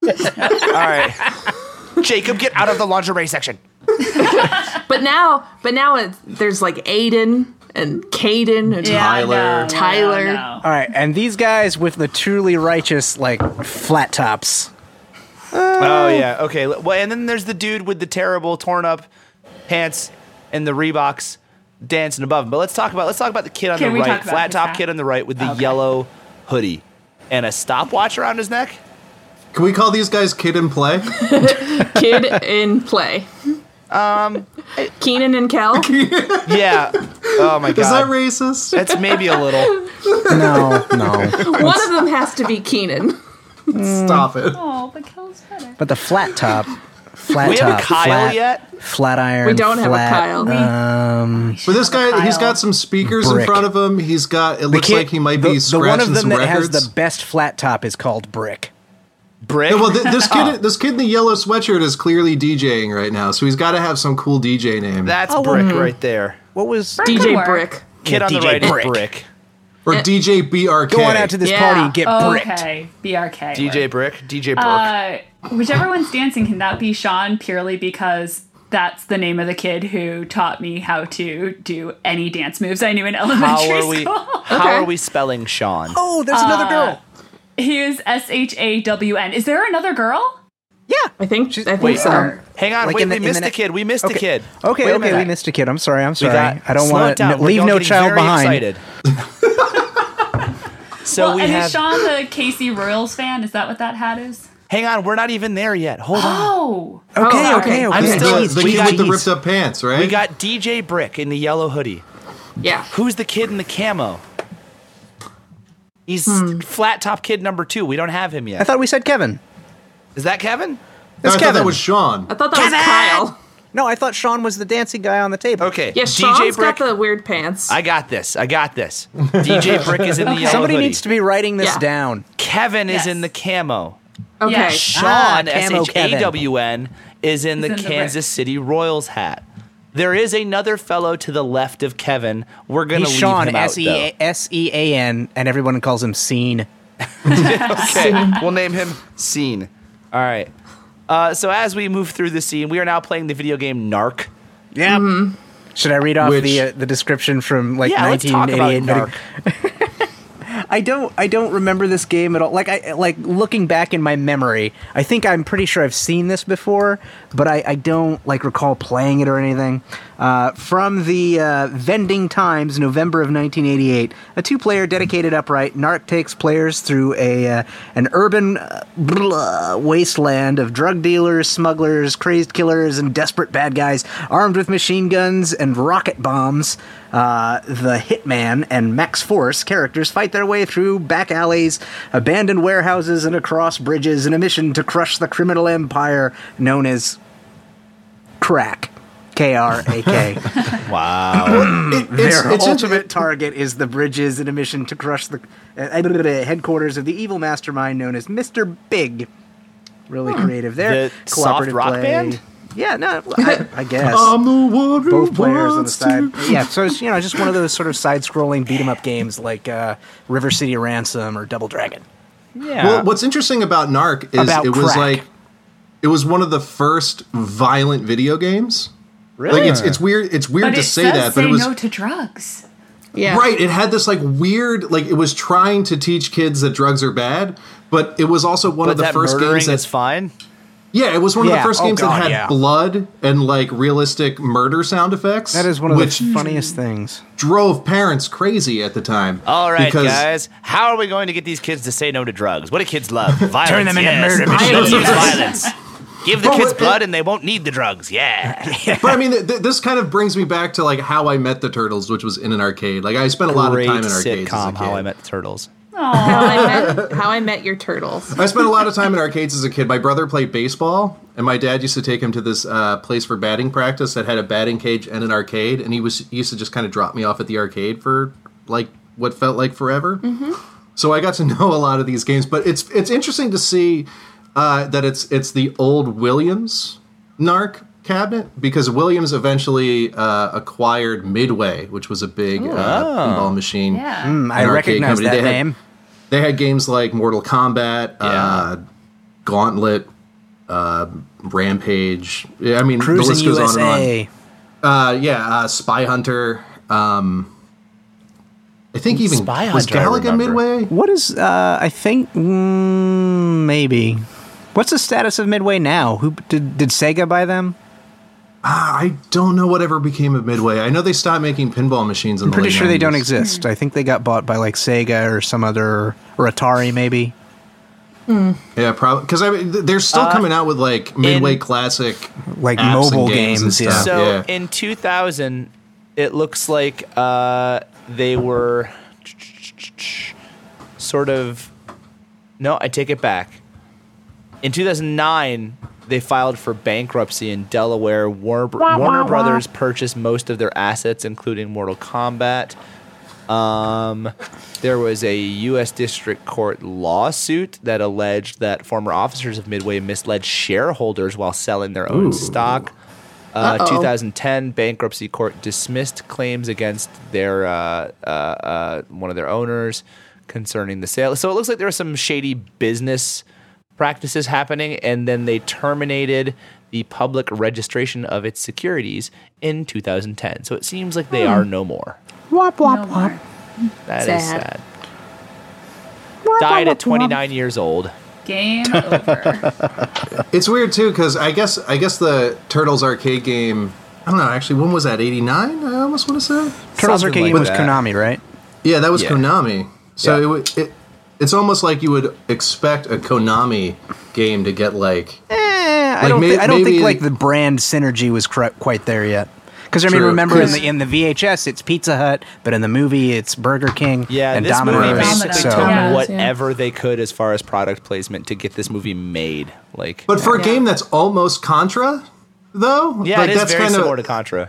[SPEAKER 2] All right. Jacob, get out of the lingerie section.
[SPEAKER 1] But now, but now it's, there's like Aiden and Caden and
[SPEAKER 5] Tyler.
[SPEAKER 4] no,
[SPEAKER 1] Tyler.
[SPEAKER 4] no, no.
[SPEAKER 6] All right, and these guys with the truly righteous like flat tops.
[SPEAKER 2] Oh yeah. Okay. l- Well, and then there's the dude with the terrible torn up pants and the Reeboks dancing above him. But let's talk about let's talk about the kid on
[SPEAKER 4] Can
[SPEAKER 2] the
[SPEAKER 4] we talk
[SPEAKER 2] right,
[SPEAKER 4] about
[SPEAKER 2] flat
[SPEAKER 4] his
[SPEAKER 2] top
[SPEAKER 4] hat?
[SPEAKER 2] kid on the right with the yellow hoodie and a stopwatch around his neck.
[SPEAKER 5] Can we call these guys kid and play?
[SPEAKER 1] Kid in play. Um, Keenan and Kel.
[SPEAKER 2] Yeah. Oh my god.
[SPEAKER 5] Is that racist?
[SPEAKER 2] That's maybe a little.
[SPEAKER 6] No, no.
[SPEAKER 1] One of them has to be Keenan.
[SPEAKER 5] Stop it.
[SPEAKER 4] Oh, but Kel's better.
[SPEAKER 6] But the flat top, flat
[SPEAKER 2] We
[SPEAKER 6] top,
[SPEAKER 2] have a Kyle
[SPEAKER 6] flat,
[SPEAKER 2] yet.
[SPEAKER 6] flat iron.
[SPEAKER 1] We don't have a
[SPEAKER 6] flat-
[SPEAKER 1] Kyle.
[SPEAKER 5] Um, But this guy,
[SPEAKER 4] Kyle.
[SPEAKER 5] he's got some speakers in
[SPEAKER 6] Brick.
[SPEAKER 5] front of him. He's got. It
[SPEAKER 6] The
[SPEAKER 5] looks
[SPEAKER 6] kid-
[SPEAKER 5] like he might
[SPEAKER 6] the-
[SPEAKER 5] be
[SPEAKER 6] the one
[SPEAKER 5] scratching
[SPEAKER 6] of them
[SPEAKER 5] some
[SPEAKER 6] that
[SPEAKER 5] records.
[SPEAKER 6] has the best flat top is called Brick.
[SPEAKER 2] Brick.
[SPEAKER 5] Yeah, well, th- this kid, this kid in the yellow sweatshirt is clearly DJing right now, so he's got to have some cool DJ name.
[SPEAKER 2] That's Brick right there.
[SPEAKER 6] What was
[SPEAKER 4] Brick could
[SPEAKER 1] DJ
[SPEAKER 4] work.
[SPEAKER 1] Brick.
[SPEAKER 2] Kid
[SPEAKER 6] Yeah,
[SPEAKER 2] on the
[SPEAKER 6] DJ
[SPEAKER 2] right
[SPEAKER 6] Brick.
[SPEAKER 2] is Brick.
[SPEAKER 5] or DJ BRK.
[SPEAKER 6] going out to this
[SPEAKER 1] Yeah.
[SPEAKER 6] party and get bricked?
[SPEAKER 4] Oh, Okay, BRK.
[SPEAKER 2] DJ Brick. DJ Burke.
[SPEAKER 4] Uh, whichever one's dancing, can that be Sean purely because that's the name of the kid who taught me how to do any dance moves I knew in
[SPEAKER 2] how
[SPEAKER 4] elementary
[SPEAKER 2] are we?
[SPEAKER 4] school?
[SPEAKER 2] How
[SPEAKER 1] Okay.
[SPEAKER 2] are we spelling Sean?
[SPEAKER 6] Oh, there's another
[SPEAKER 2] Uh,
[SPEAKER 6] girl.
[SPEAKER 4] He is S H A W N. Is there another girl?
[SPEAKER 1] I think I think
[SPEAKER 2] Wait.
[SPEAKER 1] so.
[SPEAKER 2] Hang on,
[SPEAKER 6] Like
[SPEAKER 2] wait,
[SPEAKER 6] in the-
[SPEAKER 2] we
[SPEAKER 6] in the
[SPEAKER 2] missed the
[SPEAKER 6] next-
[SPEAKER 2] kid. We missed the
[SPEAKER 6] Okay.
[SPEAKER 2] kid.
[SPEAKER 6] Okay,
[SPEAKER 2] Wait a
[SPEAKER 6] okay,
[SPEAKER 2] minute.
[SPEAKER 6] we missed a kid. I'm sorry. I'm
[SPEAKER 2] We
[SPEAKER 6] sorry.
[SPEAKER 2] got-
[SPEAKER 6] I don't
[SPEAKER 2] slow
[SPEAKER 6] want
[SPEAKER 2] it down.
[SPEAKER 6] to
[SPEAKER 2] We're
[SPEAKER 6] leave
[SPEAKER 2] all
[SPEAKER 6] no
[SPEAKER 2] getting
[SPEAKER 6] child
[SPEAKER 2] very
[SPEAKER 6] behind.
[SPEAKER 2] Excited. so
[SPEAKER 4] well,
[SPEAKER 2] we
[SPEAKER 4] and
[SPEAKER 2] have.
[SPEAKER 4] is Sean the Casey Royals fan? Is that what that hat is?
[SPEAKER 2] hang on, we're not even there yet. Hold on.
[SPEAKER 4] Oh,
[SPEAKER 6] Okay,
[SPEAKER 1] Oh,
[SPEAKER 6] okay,
[SPEAKER 1] okay.
[SPEAKER 6] okay.
[SPEAKER 2] I'm
[SPEAKER 5] Yeah,
[SPEAKER 2] still-
[SPEAKER 5] the, the
[SPEAKER 2] we
[SPEAKER 5] kid
[SPEAKER 2] got-
[SPEAKER 5] with the ripped up pants, right?
[SPEAKER 2] We got DJ Brick in the yellow hoodie.
[SPEAKER 1] Yeah.
[SPEAKER 2] Who's the kid in the camo? He's flat top kid number two. We don't have him
[SPEAKER 6] I
[SPEAKER 2] yet.
[SPEAKER 6] thought we said Kevin.
[SPEAKER 2] Is that Kevin?
[SPEAKER 5] No, I
[SPEAKER 6] That's
[SPEAKER 5] thought
[SPEAKER 6] Kevin.
[SPEAKER 5] that was Sean.
[SPEAKER 1] I thought that was Kyle.
[SPEAKER 6] No, I thought Sean was the dancing guy on the table.
[SPEAKER 2] Okay.
[SPEAKER 1] Yeah,
[SPEAKER 2] DJ
[SPEAKER 1] Sean's
[SPEAKER 2] Brick.
[SPEAKER 1] got the weird pants.
[SPEAKER 2] I got this. I got this. DJ Brick is in the yellow
[SPEAKER 6] Somebody
[SPEAKER 2] hoodie.
[SPEAKER 6] needs to be writing this
[SPEAKER 1] Yeah.
[SPEAKER 6] down.
[SPEAKER 2] Kevin
[SPEAKER 4] Yes.
[SPEAKER 2] is in the camo.
[SPEAKER 1] okay.
[SPEAKER 4] Yeah.
[SPEAKER 6] Ah,
[SPEAKER 2] Sean S
[SPEAKER 6] camo
[SPEAKER 2] H
[SPEAKER 6] Kevin.
[SPEAKER 2] A W N is in the
[SPEAKER 4] in the brick.
[SPEAKER 2] Kansas City Royals hat. There is another fellow to the left of Kevin. We're gonna
[SPEAKER 6] He's
[SPEAKER 2] leave
[SPEAKER 6] Sean
[SPEAKER 2] him out
[SPEAKER 6] S E A- S E A N, and everyone calls him Scene.
[SPEAKER 2] though. Okay, we'll name him Scene. All right. Uh, so as we move through the scene, we are now playing the video game Narc.
[SPEAKER 6] Yeah. Should I read off
[SPEAKER 5] Which-
[SPEAKER 6] the uh, the description from like
[SPEAKER 2] Mm-hmm. Yeah, let's talk about
[SPEAKER 6] 1988?
[SPEAKER 2] Narc.
[SPEAKER 6] I don't I don't remember this game at all. Like I like looking back in my memory, I think I'm pretty sure I've seen this before, but I, I don't like recall playing it or anything. Uh, from the uh, Vending Times, November of 1988, a two-player dedicated upright narc takes players through a uh, an urban uh, blah, wasteland of drug dealers, smugglers, crazed killers, and desperate bad guys armed with machine guns and rocket bombs. Uh, the Hitman and Max Force characters fight their way through back alleys, abandoned warehouses, and across bridges in a mission to crush the criminal empire known as crack. K R A K.
[SPEAKER 2] Wow.
[SPEAKER 5] It- it's,
[SPEAKER 6] Their
[SPEAKER 5] it's
[SPEAKER 6] ultimate
[SPEAKER 5] inter-
[SPEAKER 6] target is the bridges in a mission to crush the uh, headquarters of the evil mastermind known as Mr. Big. Really creative there.
[SPEAKER 2] Hmm. The soft rock band?
[SPEAKER 6] Yeah, no, I, I guess
[SPEAKER 5] I'm the one who
[SPEAKER 6] both players on the
[SPEAKER 5] wants
[SPEAKER 6] side.
[SPEAKER 5] to-
[SPEAKER 6] Yeah, so it's, you know, just one of those sort of side-scrolling beat 'em up games like uh, River City Ransom or Double Dragon.
[SPEAKER 2] Yeah.
[SPEAKER 5] Well, what's interesting about Narc is
[SPEAKER 6] About
[SPEAKER 5] it was
[SPEAKER 6] crack.
[SPEAKER 5] like it was one of the first violent video games.
[SPEAKER 6] Really?
[SPEAKER 5] Like it's it's weird it's weird
[SPEAKER 4] but
[SPEAKER 5] to
[SPEAKER 4] it
[SPEAKER 5] say
[SPEAKER 4] says
[SPEAKER 5] that,
[SPEAKER 4] say
[SPEAKER 5] but it was
[SPEAKER 4] no to drugs.
[SPEAKER 1] Yeah.
[SPEAKER 5] Right. It had this like weird, like it was trying to teach kids that drugs are bad, but it was also one
[SPEAKER 2] but
[SPEAKER 5] of the
[SPEAKER 2] that
[SPEAKER 5] first
[SPEAKER 2] murdering
[SPEAKER 5] games that.
[SPEAKER 2] is fine.
[SPEAKER 5] yeah, it was one of
[SPEAKER 6] Yeah,
[SPEAKER 5] the first
[SPEAKER 6] oh
[SPEAKER 5] games
[SPEAKER 6] God,
[SPEAKER 5] that had
[SPEAKER 6] yeah.
[SPEAKER 5] blood and like realistic murder sound effects.
[SPEAKER 6] That is one of
[SPEAKER 5] which
[SPEAKER 6] the funniest things.
[SPEAKER 5] drove parents crazy at the time.
[SPEAKER 2] All right,
[SPEAKER 5] because
[SPEAKER 2] guys. How are we going to get these kids to say no to drugs? What do kids love? Violence.
[SPEAKER 6] them into
[SPEAKER 2] yes.
[SPEAKER 6] murder machines.
[SPEAKER 2] Let's use violence. Give the
[SPEAKER 5] But
[SPEAKER 2] kids
[SPEAKER 5] what-
[SPEAKER 2] blood and they won't need the drugs. Yeah.
[SPEAKER 5] But I mean, th- th- this kind of brings me back to like how I met the turtles, which was in an arcade. Like I spent a lot of time in arcades. as a kid.
[SPEAKER 2] How I Met the Turtles.
[SPEAKER 1] How I met How I Met Your Turtles.
[SPEAKER 5] I spent a lot of time in arcades as a kid. My brother played baseball, and my dad used to take him to this uh, place for batting practice that had a batting cage and an arcade. And he was he used to just kind of drop me off at the arcade for like what felt like forever. So I got to know a lot of these games. But it's it's interesting to see uh, that it's it's the old Williams Narc cabinet because Williams eventually uh, acquired Midway, which was a big uh, pinball machine.
[SPEAKER 4] Yeah.
[SPEAKER 6] I
[SPEAKER 5] an arcade
[SPEAKER 6] recognize
[SPEAKER 5] company.
[SPEAKER 6] that
[SPEAKER 5] They had-
[SPEAKER 6] name.
[SPEAKER 5] They had games like Mortal Kombat, uh, Gauntlet, uh, Rampage. Yeah, I mean, the list
[SPEAKER 6] Cruising
[SPEAKER 5] goes on and on.
[SPEAKER 6] USA.
[SPEAKER 5] Uh, yeah, uh, Spy Hunter. Um, I think even
[SPEAKER 2] Spy
[SPEAKER 5] was
[SPEAKER 2] Hunter, I
[SPEAKER 5] Galaga
[SPEAKER 2] remember.
[SPEAKER 5] Midway.
[SPEAKER 6] What is? Uh, I think mm, maybe. What's the status of Midway now? Who did did Sega buy them?
[SPEAKER 5] I don't know whatever became of Midway. I know they stopped making pinball machines. In
[SPEAKER 6] I'm pretty
[SPEAKER 5] the late
[SPEAKER 6] sure they don't
[SPEAKER 5] 90s.
[SPEAKER 6] exist. I think they got bought by like Sega or some other or Atari maybe.
[SPEAKER 5] Yeah, probably because I mean, th- they're still coming out with like Midway Classic,
[SPEAKER 6] Uh, Like
[SPEAKER 5] apps and
[SPEAKER 6] mobile
[SPEAKER 5] games. and
[SPEAKER 6] games, yeah.
[SPEAKER 5] stuff.
[SPEAKER 2] So
[SPEAKER 5] yeah.
[SPEAKER 2] in 2000, it looks like uh, they were sort of. No, I take it back. In 2009, they filed for bankruptcy in Delaware. Warner, Warner Brothers purchased most of their assets, including Mortal Kombat. Um, there was a U.S. District Court lawsuit that alleged that former officers of Midway misled shareholders while selling their own stock. Uh,
[SPEAKER 1] Uh-oh.
[SPEAKER 2] 2010 bankruptcy court dismissed claims against their uh, uh, uh, one of their owners concerning the sale. So it looks like there were some shady business practices happening, and then they terminated the public registration of its securities in 2010. So it seems like they are no more.
[SPEAKER 6] Wop
[SPEAKER 4] No
[SPEAKER 6] wop wop.
[SPEAKER 4] more.
[SPEAKER 2] That is
[SPEAKER 1] Sad.
[SPEAKER 2] sad. Died at 29 years old.
[SPEAKER 4] Game over.
[SPEAKER 5] It's weird too because I guess I guess the Turtles arcade game. I don't know. Actually, when was that? Eighty nine. I almost want to say.
[SPEAKER 6] Turtles
[SPEAKER 2] Something
[SPEAKER 6] Arcade
[SPEAKER 2] like
[SPEAKER 6] game was
[SPEAKER 2] that.
[SPEAKER 6] Konami, right?
[SPEAKER 5] Yeah, that was
[SPEAKER 2] Yeah.
[SPEAKER 5] Konami. So
[SPEAKER 2] Yeah.
[SPEAKER 5] it would it, it's almost like you would expect a Konami game to get like
[SPEAKER 6] Eh, I
[SPEAKER 5] Like,
[SPEAKER 6] don't.
[SPEAKER 5] may-
[SPEAKER 6] thi- I don't
[SPEAKER 5] maybe-
[SPEAKER 6] think like the brand synergy was cri- quite there yet. Because I mean,
[SPEAKER 5] True.
[SPEAKER 6] remember in
[SPEAKER 5] Yeah.
[SPEAKER 6] the in the VHS it's Pizza Hut, but in the movie it's Burger King
[SPEAKER 2] Yeah,
[SPEAKER 6] and
[SPEAKER 2] this
[SPEAKER 6] Domino's.
[SPEAKER 2] movie
[SPEAKER 5] Right.
[SPEAKER 2] basically
[SPEAKER 6] So
[SPEAKER 2] took
[SPEAKER 4] Yeah.
[SPEAKER 2] whatever they could as far as product placement to get this movie made. Like,
[SPEAKER 5] But for a game that's almost Contra, though,
[SPEAKER 2] yeah,
[SPEAKER 5] like
[SPEAKER 2] it is
[SPEAKER 5] that's
[SPEAKER 2] very
[SPEAKER 5] kind
[SPEAKER 2] similar to
[SPEAKER 5] of
[SPEAKER 2] Contra.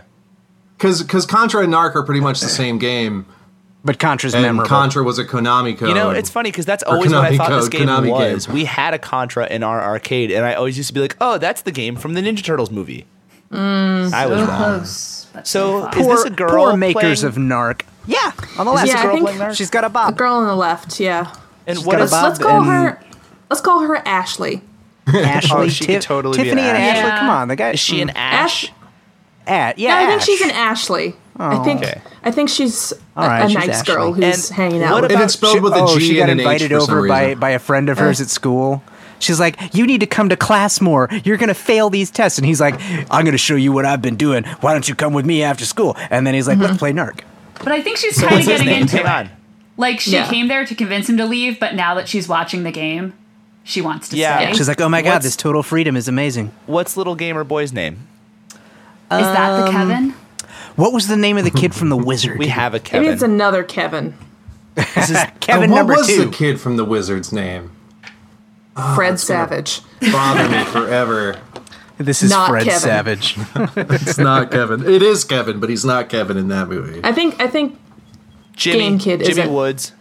[SPEAKER 5] because because Contra and Narc are pretty much the same game,
[SPEAKER 6] but Contra's
[SPEAKER 5] and
[SPEAKER 6] memorable.
[SPEAKER 5] Contra was a Konami code.
[SPEAKER 2] You know, it's funny because that's always what I
[SPEAKER 5] Konami
[SPEAKER 2] thought this
[SPEAKER 5] code,
[SPEAKER 2] game
[SPEAKER 5] Konami
[SPEAKER 2] was.
[SPEAKER 5] game.
[SPEAKER 2] We had a Contra in our arcade, and I always used to be like, "Oh, that's the game from the Ninja Turtles movie." I was wrong.
[SPEAKER 4] Close. but
[SPEAKER 2] So
[SPEAKER 4] far.
[SPEAKER 2] is
[SPEAKER 6] poor,
[SPEAKER 2] this a girl
[SPEAKER 6] poor makers
[SPEAKER 2] playing-
[SPEAKER 6] of Narc. Yeah, on the left.
[SPEAKER 1] Yeah, I
[SPEAKER 6] girl
[SPEAKER 1] think-
[SPEAKER 6] playing Narc. she's got a bob.
[SPEAKER 1] Girl on the left, yeah.
[SPEAKER 2] and
[SPEAKER 6] she's
[SPEAKER 2] what
[SPEAKER 6] got a
[SPEAKER 2] is-
[SPEAKER 6] bob
[SPEAKER 1] let's call
[SPEAKER 6] and-
[SPEAKER 1] her. Let's call her Ashley.
[SPEAKER 6] Ashley,
[SPEAKER 2] Oh, she could
[SPEAKER 6] Tiff-
[SPEAKER 2] totally be an
[SPEAKER 6] Tiffany and
[SPEAKER 2] Ash.
[SPEAKER 6] Ashley.
[SPEAKER 4] Yeah.
[SPEAKER 6] Come on, the guy. Mm.
[SPEAKER 2] is she an Ash?
[SPEAKER 1] Ash-
[SPEAKER 6] At, yeah,
[SPEAKER 1] Yeah, I think
[SPEAKER 6] Ash.
[SPEAKER 1] she's an Ashley. I think
[SPEAKER 2] Okay.
[SPEAKER 1] I think she's a,
[SPEAKER 6] Oh, All right,
[SPEAKER 1] a
[SPEAKER 6] she's
[SPEAKER 1] nice
[SPEAKER 6] Ashley.
[SPEAKER 1] girl who's
[SPEAKER 2] And
[SPEAKER 1] hanging
[SPEAKER 2] what
[SPEAKER 1] out. With
[SPEAKER 5] and
[SPEAKER 2] about-
[SPEAKER 5] it's spelled with a G
[SPEAKER 6] oh, she got
[SPEAKER 5] and an H
[SPEAKER 6] invited
[SPEAKER 5] for some
[SPEAKER 6] over by,
[SPEAKER 5] reason.
[SPEAKER 6] by a friend of
[SPEAKER 2] Oh.
[SPEAKER 6] hers at school. She's like, "You need to come to class more. You're gonna fail these tests." And he's like, "I'm gonna show you what I've been doing. Why don't you come with me after school?" And then he's like,
[SPEAKER 2] Mm-hmm.
[SPEAKER 6] "Let's play Narc."
[SPEAKER 4] But I think she's kind of
[SPEAKER 2] What's his
[SPEAKER 4] getting
[SPEAKER 2] name?
[SPEAKER 4] into uh,
[SPEAKER 2] Hang on.
[SPEAKER 4] it. Like she
[SPEAKER 1] Yeah.
[SPEAKER 4] came there to convince him to leave, but now that she's watching the game, she wants to
[SPEAKER 2] Yeah.
[SPEAKER 4] stay.
[SPEAKER 2] Yeah.
[SPEAKER 6] She's like, "Oh my god,
[SPEAKER 2] What's-
[SPEAKER 6] this total freedom is amazing."
[SPEAKER 2] What's little gamer boy's name?
[SPEAKER 4] Is that the Kevin?
[SPEAKER 6] What was the name of the kid from The Wizard?
[SPEAKER 2] We have a
[SPEAKER 1] Maybe
[SPEAKER 2] Kevin.
[SPEAKER 1] it's another Kevin.
[SPEAKER 6] this is
[SPEAKER 5] And
[SPEAKER 6] Kevin
[SPEAKER 5] what
[SPEAKER 6] number
[SPEAKER 5] was
[SPEAKER 6] two.
[SPEAKER 5] the kid from the Wizard's name?
[SPEAKER 6] Oh,
[SPEAKER 1] Fred Savage.
[SPEAKER 5] Bother me forever.
[SPEAKER 6] This is
[SPEAKER 1] Not
[SPEAKER 6] Fred
[SPEAKER 1] Kevin.
[SPEAKER 6] Savage.
[SPEAKER 5] It's not Kevin. It is Kevin, but he's not Kevin in that movie.
[SPEAKER 1] I think I think
[SPEAKER 2] Jimmy,
[SPEAKER 1] Game Kid,
[SPEAKER 2] Jimmy
[SPEAKER 1] isn't-
[SPEAKER 2] Woods,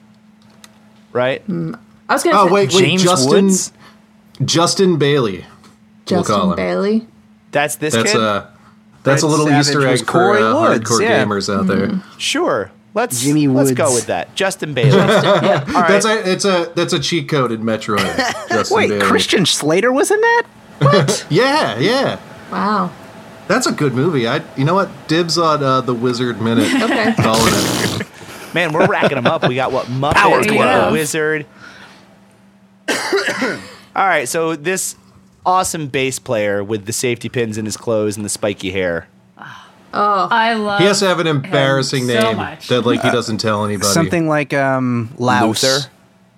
[SPEAKER 2] right?
[SPEAKER 6] Mm.
[SPEAKER 1] I was gonna
[SPEAKER 5] Oh
[SPEAKER 1] say
[SPEAKER 5] wait, wait,
[SPEAKER 6] James
[SPEAKER 5] Justin
[SPEAKER 6] Woods.
[SPEAKER 5] Justin Bailey.
[SPEAKER 1] Justin
[SPEAKER 5] call him.
[SPEAKER 1] Bailey.
[SPEAKER 2] That's this
[SPEAKER 5] That's uh,
[SPEAKER 2] kid.
[SPEAKER 5] a that's a
[SPEAKER 6] Fred
[SPEAKER 5] little
[SPEAKER 6] Savage
[SPEAKER 5] Easter
[SPEAKER 6] was
[SPEAKER 5] egg for
[SPEAKER 6] Corey
[SPEAKER 5] uh,
[SPEAKER 6] Woods,
[SPEAKER 5] hardcore
[SPEAKER 6] yeah. Mm-hmm.
[SPEAKER 5] gamers out there.
[SPEAKER 2] sure. Let's
[SPEAKER 6] Jimmy
[SPEAKER 2] let's
[SPEAKER 6] Woods.
[SPEAKER 2] go with that. Justin Bailey. All right.
[SPEAKER 5] That's a it's a that's a cheat code in Metroid. Justin
[SPEAKER 6] Wait,
[SPEAKER 5] Bailey.
[SPEAKER 6] Christian Slater was in that?
[SPEAKER 5] Yeah, yeah.
[SPEAKER 1] Wow.
[SPEAKER 5] That's a good movie. I, you know what? Dibs on uh, the Wizard Minute.
[SPEAKER 1] Okay.
[SPEAKER 5] Calling it.
[SPEAKER 2] Man, we're racking them up. We got what Muppet,
[SPEAKER 6] Power
[SPEAKER 2] we got the Wizard. All right, so this awesome bass player with the safety pins in his clothes and the spiky hair.
[SPEAKER 4] I love.
[SPEAKER 5] He has to have an embarrassing
[SPEAKER 4] so
[SPEAKER 5] name
[SPEAKER 4] much.
[SPEAKER 5] that like
[SPEAKER 6] Uh,
[SPEAKER 5] he doesn't tell anybody.
[SPEAKER 6] Something like um, Louse
[SPEAKER 2] Luther.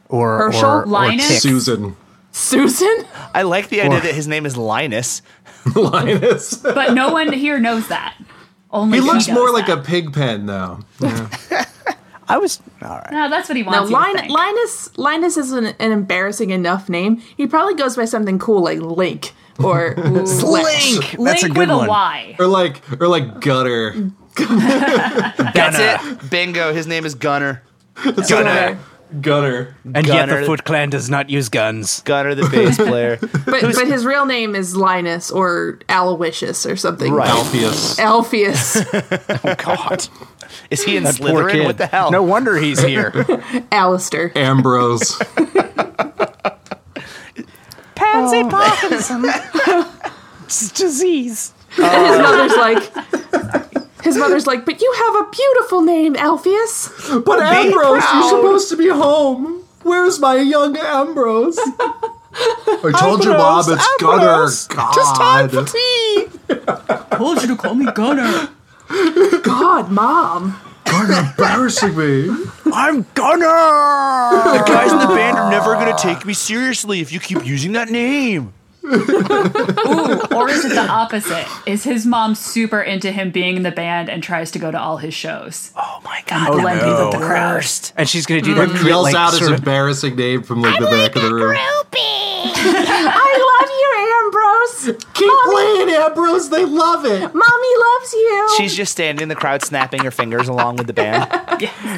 [SPEAKER 6] or
[SPEAKER 1] Herschel?
[SPEAKER 6] or, or
[SPEAKER 4] Linus?
[SPEAKER 6] Tick.
[SPEAKER 5] Susan
[SPEAKER 1] Susan?
[SPEAKER 2] I like the idea
[SPEAKER 6] Or-
[SPEAKER 2] that his name is Linus.
[SPEAKER 5] Linus.
[SPEAKER 4] but no one here knows that. Only
[SPEAKER 5] he looks
[SPEAKER 4] does
[SPEAKER 5] more
[SPEAKER 4] that.
[SPEAKER 5] like a pig pen though.
[SPEAKER 6] I was all right.
[SPEAKER 4] No, that's what he
[SPEAKER 1] Now
[SPEAKER 4] wants. you to
[SPEAKER 1] Lin-
[SPEAKER 4] think.
[SPEAKER 1] Linus Linus is an, an embarrassing enough name. He probably goes by something cool like Link or Slash.
[SPEAKER 6] Link. That's a
[SPEAKER 4] Link
[SPEAKER 6] good
[SPEAKER 4] with
[SPEAKER 6] one.
[SPEAKER 4] a Y.
[SPEAKER 5] Or like or like gutter.
[SPEAKER 2] That's it. Bingo. His name is Gunner.
[SPEAKER 1] Whatever.
[SPEAKER 5] Gunner.
[SPEAKER 6] And yet
[SPEAKER 2] Gunner.
[SPEAKER 6] the Foot Clan does not use guns.
[SPEAKER 2] Gunner, the bass player.
[SPEAKER 1] But but his real name is Linus or Aloysius or something.
[SPEAKER 2] Right.
[SPEAKER 5] Alpheus.
[SPEAKER 1] Alpheus.
[SPEAKER 6] God,
[SPEAKER 2] Is he in
[SPEAKER 6] poor
[SPEAKER 2] Slytherin?
[SPEAKER 6] kid.
[SPEAKER 2] What the hell?
[SPEAKER 6] No wonder he's here.
[SPEAKER 1] Alistair.
[SPEAKER 5] Ambrose.
[SPEAKER 6] Pansy
[SPEAKER 3] Oh.
[SPEAKER 6] Parkinson's disease.
[SPEAKER 1] his mother's like his mother's like, but you have a beautiful name, Alpheus.
[SPEAKER 5] but Ambrose, you're supposed to be home. Where's my young Ambrose? I told you, Bob, it's
[SPEAKER 6] Ambrose,
[SPEAKER 5] Gunner. God. Just time for
[SPEAKER 6] Tea.
[SPEAKER 4] told you to call me Gunner.
[SPEAKER 1] God, mom.
[SPEAKER 5] Gunner embarrassing me.
[SPEAKER 6] I'm Gunner.
[SPEAKER 2] The guys in the band are never going to take me seriously if you keep using that name.
[SPEAKER 4] Ooh, or is it the opposite? Is his mom super into him being in the band and tries to go to all his shows?
[SPEAKER 2] Oh my god.
[SPEAKER 4] blend
[SPEAKER 6] no. Mm-hmm.
[SPEAKER 4] with the crowd.
[SPEAKER 6] And she's gonna do that.
[SPEAKER 5] He
[SPEAKER 6] crit,
[SPEAKER 5] yells
[SPEAKER 6] like,
[SPEAKER 5] out his
[SPEAKER 6] sort of-
[SPEAKER 5] embarrassing name from like the back of the room.
[SPEAKER 1] I love you, Ambrose.
[SPEAKER 5] Keep playing, Ambrose. They love it.
[SPEAKER 1] Mommy loves you.
[SPEAKER 2] She's just standing in the crowd, snapping her fingers along with the band.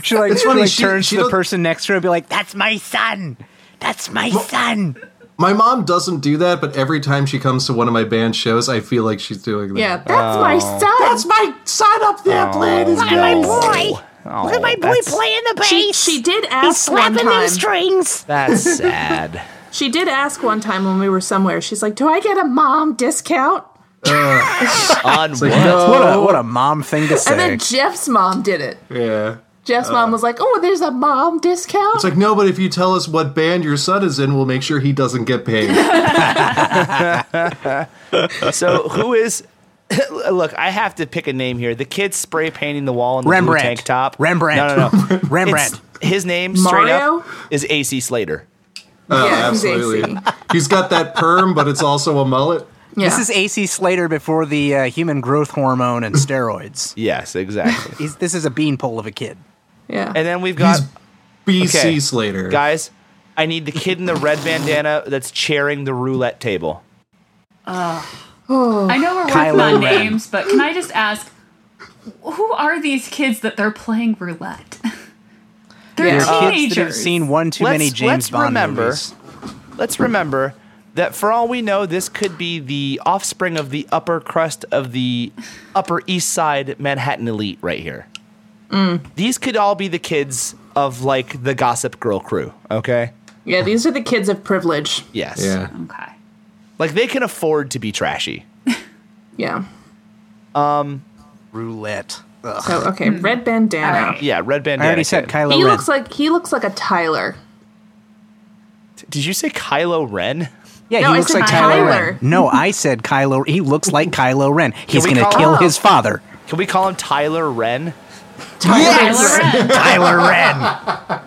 [SPEAKER 6] She like,
[SPEAKER 5] It's
[SPEAKER 6] she,
[SPEAKER 5] funny,
[SPEAKER 6] like,
[SPEAKER 5] she-
[SPEAKER 6] turns
[SPEAKER 5] she
[SPEAKER 6] to the
[SPEAKER 5] don't-
[SPEAKER 6] person next to her and be like, "That's my son. That's my son."
[SPEAKER 5] My mom doesn't do that, but every time she comes to one of my band shows, I feel like she's doing that.
[SPEAKER 1] yeah, that's my son.
[SPEAKER 5] That's my son up there playing his bass.
[SPEAKER 3] boy.
[SPEAKER 2] Oh,
[SPEAKER 3] Look at my boy
[SPEAKER 2] that's-
[SPEAKER 3] playing the bass.
[SPEAKER 1] she, she did
[SPEAKER 3] He's
[SPEAKER 1] ask one
[SPEAKER 3] slapping
[SPEAKER 1] time.
[SPEAKER 3] them strings.
[SPEAKER 2] That's sad.
[SPEAKER 1] She did ask one time when we were somewhere. She's like, "Do I get a mom discount?"
[SPEAKER 2] On what?
[SPEAKER 6] What a what a mom thing to
[SPEAKER 1] And then
[SPEAKER 6] say.
[SPEAKER 1] Jeff's mom did it.
[SPEAKER 5] Yeah.
[SPEAKER 1] Jeff's mom was like, "Oh, there's a mom discount."
[SPEAKER 5] It's like, no, but if you tell us what band your son is in, we'll make sure he doesn't get paid.
[SPEAKER 2] So who is? Look, I have to pick a name here. The kid spray painting the wall in the blue
[SPEAKER 6] Rembrandt.
[SPEAKER 2] tank top.
[SPEAKER 6] Rembrandt.
[SPEAKER 2] No, no, no.
[SPEAKER 6] Rembrandt.
[SPEAKER 2] It's- his name straight
[SPEAKER 1] Mario?
[SPEAKER 2] up is AC Slater.
[SPEAKER 1] yeah, he's
[SPEAKER 5] Absolutely.
[SPEAKER 1] AC.
[SPEAKER 5] He's got that perm, but it's also a mullet.
[SPEAKER 1] Yeah.
[SPEAKER 6] This is AC Slater before the uh, human growth hormone and steroids.
[SPEAKER 2] Yes, exactly.
[SPEAKER 6] He's, this is a beanpole of a kid.
[SPEAKER 1] yeah.
[SPEAKER 2] and then we've got
[SPEAKER 5] He's BC
[SPEAKER 2] Okay.
[SPEAKER 5] Slater.
[SPEAKER 2] guys. I need the kid in the red bandana that's chairing the roulette table.
[SPEAKER 4] I know we're
[SPEAKER 6] Kylo
[SPEAKER 4] working on
[SPEAKER 6] Ren.
[SPEAKER 4] names, but can I just ask, who are these kids that they're playing roulette? they're
[SPEAKER 1] Yeah.
[SPEAKER 6] They're kids that have
[SPEAKER 4] teenagers.
[SPEAKER 6] seen one too many
[SPEAKER 2] Let's-
[SPEAKER 6] James
[SPEAKER 2] let's
[SPEAKER 6] Bond
[SPEAKER 2] remember-
[SPEAKER 6] movies.
[SPEAKER 2] Let's remember that for all we know, this could be the offspring of the upper crust of the Upper East Side Manhattan elite right here.
[SPEAKER 6] Mm.
[SPEAKER 2] These could all be the kids of like the Gossip Girl crew, okay?
[SPEAKER 1] yeah, these are the kids of privilege.
[SPEAKER 2] Yes.
[SPEAKER 5] Yeah.
[SPEAKER 4] Okay.
[SPEAKER 2] Like they can afford to be trashy.
[SPEAKER 1] Yeah.
[SPEAKER 6] Roulette. Ugh.
[SPEAKER 1] So okay, red bandana.
[SPEAKER 4] Hmm. All right.
[SPEAKER 2] Yeah, red bandana.
[SPEAKER 6] I already said
[SPEAKER 2] kid.
[SPEAKER 6] Kylo
[SPEAKER 1] He
[SPEAKER 6] Ren.
[SPEAKER 1] looks like he looks like a Tyler.
[SPEAKER 2] Did you say Kylo Ren?
[SPEAKER 6] yeah,
[SPEAKER 1] No,
[SPEAKER 6] he
[SPEAKER 1] I
[SPEAKER 6] looks
[SPEAKER 1] said
[SPEAKER 6] like Kylo
[SPEAKER 1] Tyler.
[SPEAKER 6] Ren. No, I said Kylo. He looks like Kylo Ren. He's
[SPEAKER 2] we
[SPEAKER 6] gonna
[SPEAKER 2] call-
[SPEAKER 6] kill
[SPEAKER 1] Oh.
[SPEAKER 6] his father.
[SPEAKER 2] Can we call him Tyler Ren?
[SPEAKER 1] Tyler.
[SPEAKER 4] Kylo Ren.
[SPEAKER 6] Tyler Ren.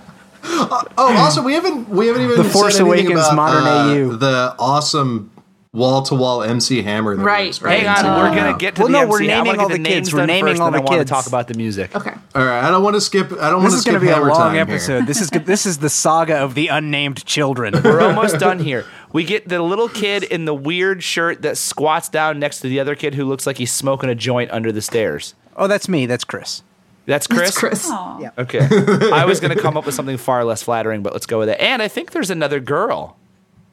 [SPEAKER 5] Oh, also, we haven't we haven't even
[SPEAKER 6] The Force
[SPEAKER 5] said anything
[SPEAKER 6] Awakens
[SPEAKER 5] about,
[SPEAKER 6] modern
[SPEAKER 5] uh,
[SPEAKER 6] AU.
[SPEAKER 5] The awesome wall to wall MC Hammer. That
[SPEAKER 1] Right,
[SPEAKER 5] was
[SPEAKER 1] right.
[SPEAKER 2] Hang on,
[SPEAKER 5] into.
[SPEAKER 2] we're gonna get to
[SPEAKER 6] Uh, Well,
[SPEAKER 2] the
[SPEAKER 6] no,
[SPEAKER 2] MC.
[SPEAKER 6] we're
[SPEAKER 2] I wanna
[SPEAKER 6] naming
[SPEAKER 2] get
[SPEAKER 6] all
[SPEAKER 2] the
[SPEAKER 6] the
[SPEAKER 2] names
[SPEAKER 6] kids. We're
[SPEAKER 2] done
[SPEAKER 6] naming
[SPEAKER 2] first,
[SPEAKER 6] all
[SPEAKER 2] then
[SPEAKER 6] the
[SPEAKER 2] I want
[SPEAKER 6] kids.
[SPEAKER 2] to talk about the music.
[SPEAKER 1] Okay.
[SPEAKER 5] All right, I don't want to skip. I don't want
[SPEAKER 6] This
[SPEAKER 5] to
[SPEAKER 6] is
[SPEAKER 5] skip
[SPEAKER 6] gonna be a
[SPEAKER 5] Hammer
[SPEAKER 6] long
[SPEAKER 5] time here.
[SPEAKER 6] episode. This is go- this is the saga of the unnamed children.
[SPEAKER 2] We're almost done here. We get the little kid in the weird shirt that squats down next to the other kid who looks like he's smoking a joint under the stairs.
[SPEAKER 6] oh, that's me. That's Chris.
[SPEAKER 2] That's Chris.
[SPEAKER 1] That's Chris.
[SPEAKER 4] Aw.
[SPEAKER 2] Okay. I was going to come up with something far less flattering, but let's go with it. And I think there's another girl.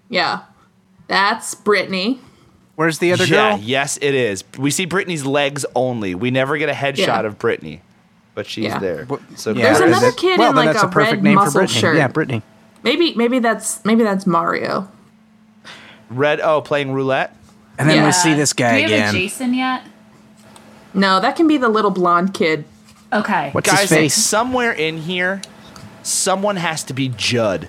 [SPEAKER 1] Yeah. That's Brittany.
[SPEAKER 6] Where's the other
[SPEAKER 2] yeah,
[SPEAKER 6] girl?
[SPEAKER 2] yes, it is. We see Brittany's legs only. We never get a headshot
[SPEAKER 1] Yeah.
[SPEAKER 2] of Brittany, but she's
[SPEAKER 1] Yeah.
[SPEAKER 2] there. So
[SPEAKER 1] There's
[SPEAKER 2] Chris-
[SPEAKER 1] another kid
[SPEAKER 6] well,
[SPEAKER 1] in,
[SPEAKER 6] then
[SPEAKER 1] like,
[SPEAKER 6] that's
[SPEAKER 1] a
[SPEAKER 6] a, perfect
[SPEAKER 1] red
[SPEAKER 6] name for
[SPEAKER 1] muscle
[SPEAKER 6] Brittany.
[SPEAKER 1] shirt.
[SPEAKER 6] Yeah, Brittany.
[SPEAKER 1] Maybe maybe that's maybe that's Mario.
[SPEAKER 2] red. Oh, playing roulette.
[SPEAKER 6] And then
[SPEAKER 1] Yeah.
[SPEAKER 6] we see this guy
[SPEAKER 4] Do we
[SPEAKER 6] again.
[SPEAKER 4] have a Jason yet?
[SPEAKER 1] No, that can be the little blonde kid.
[SPEAKER 4] Okay.
[SPEAKER 6] What's
[SPEAKER 2] Guys,
[SPEAKER 6] his face?
[SPEAKER 2] somewhere in here, someone has to be Judd.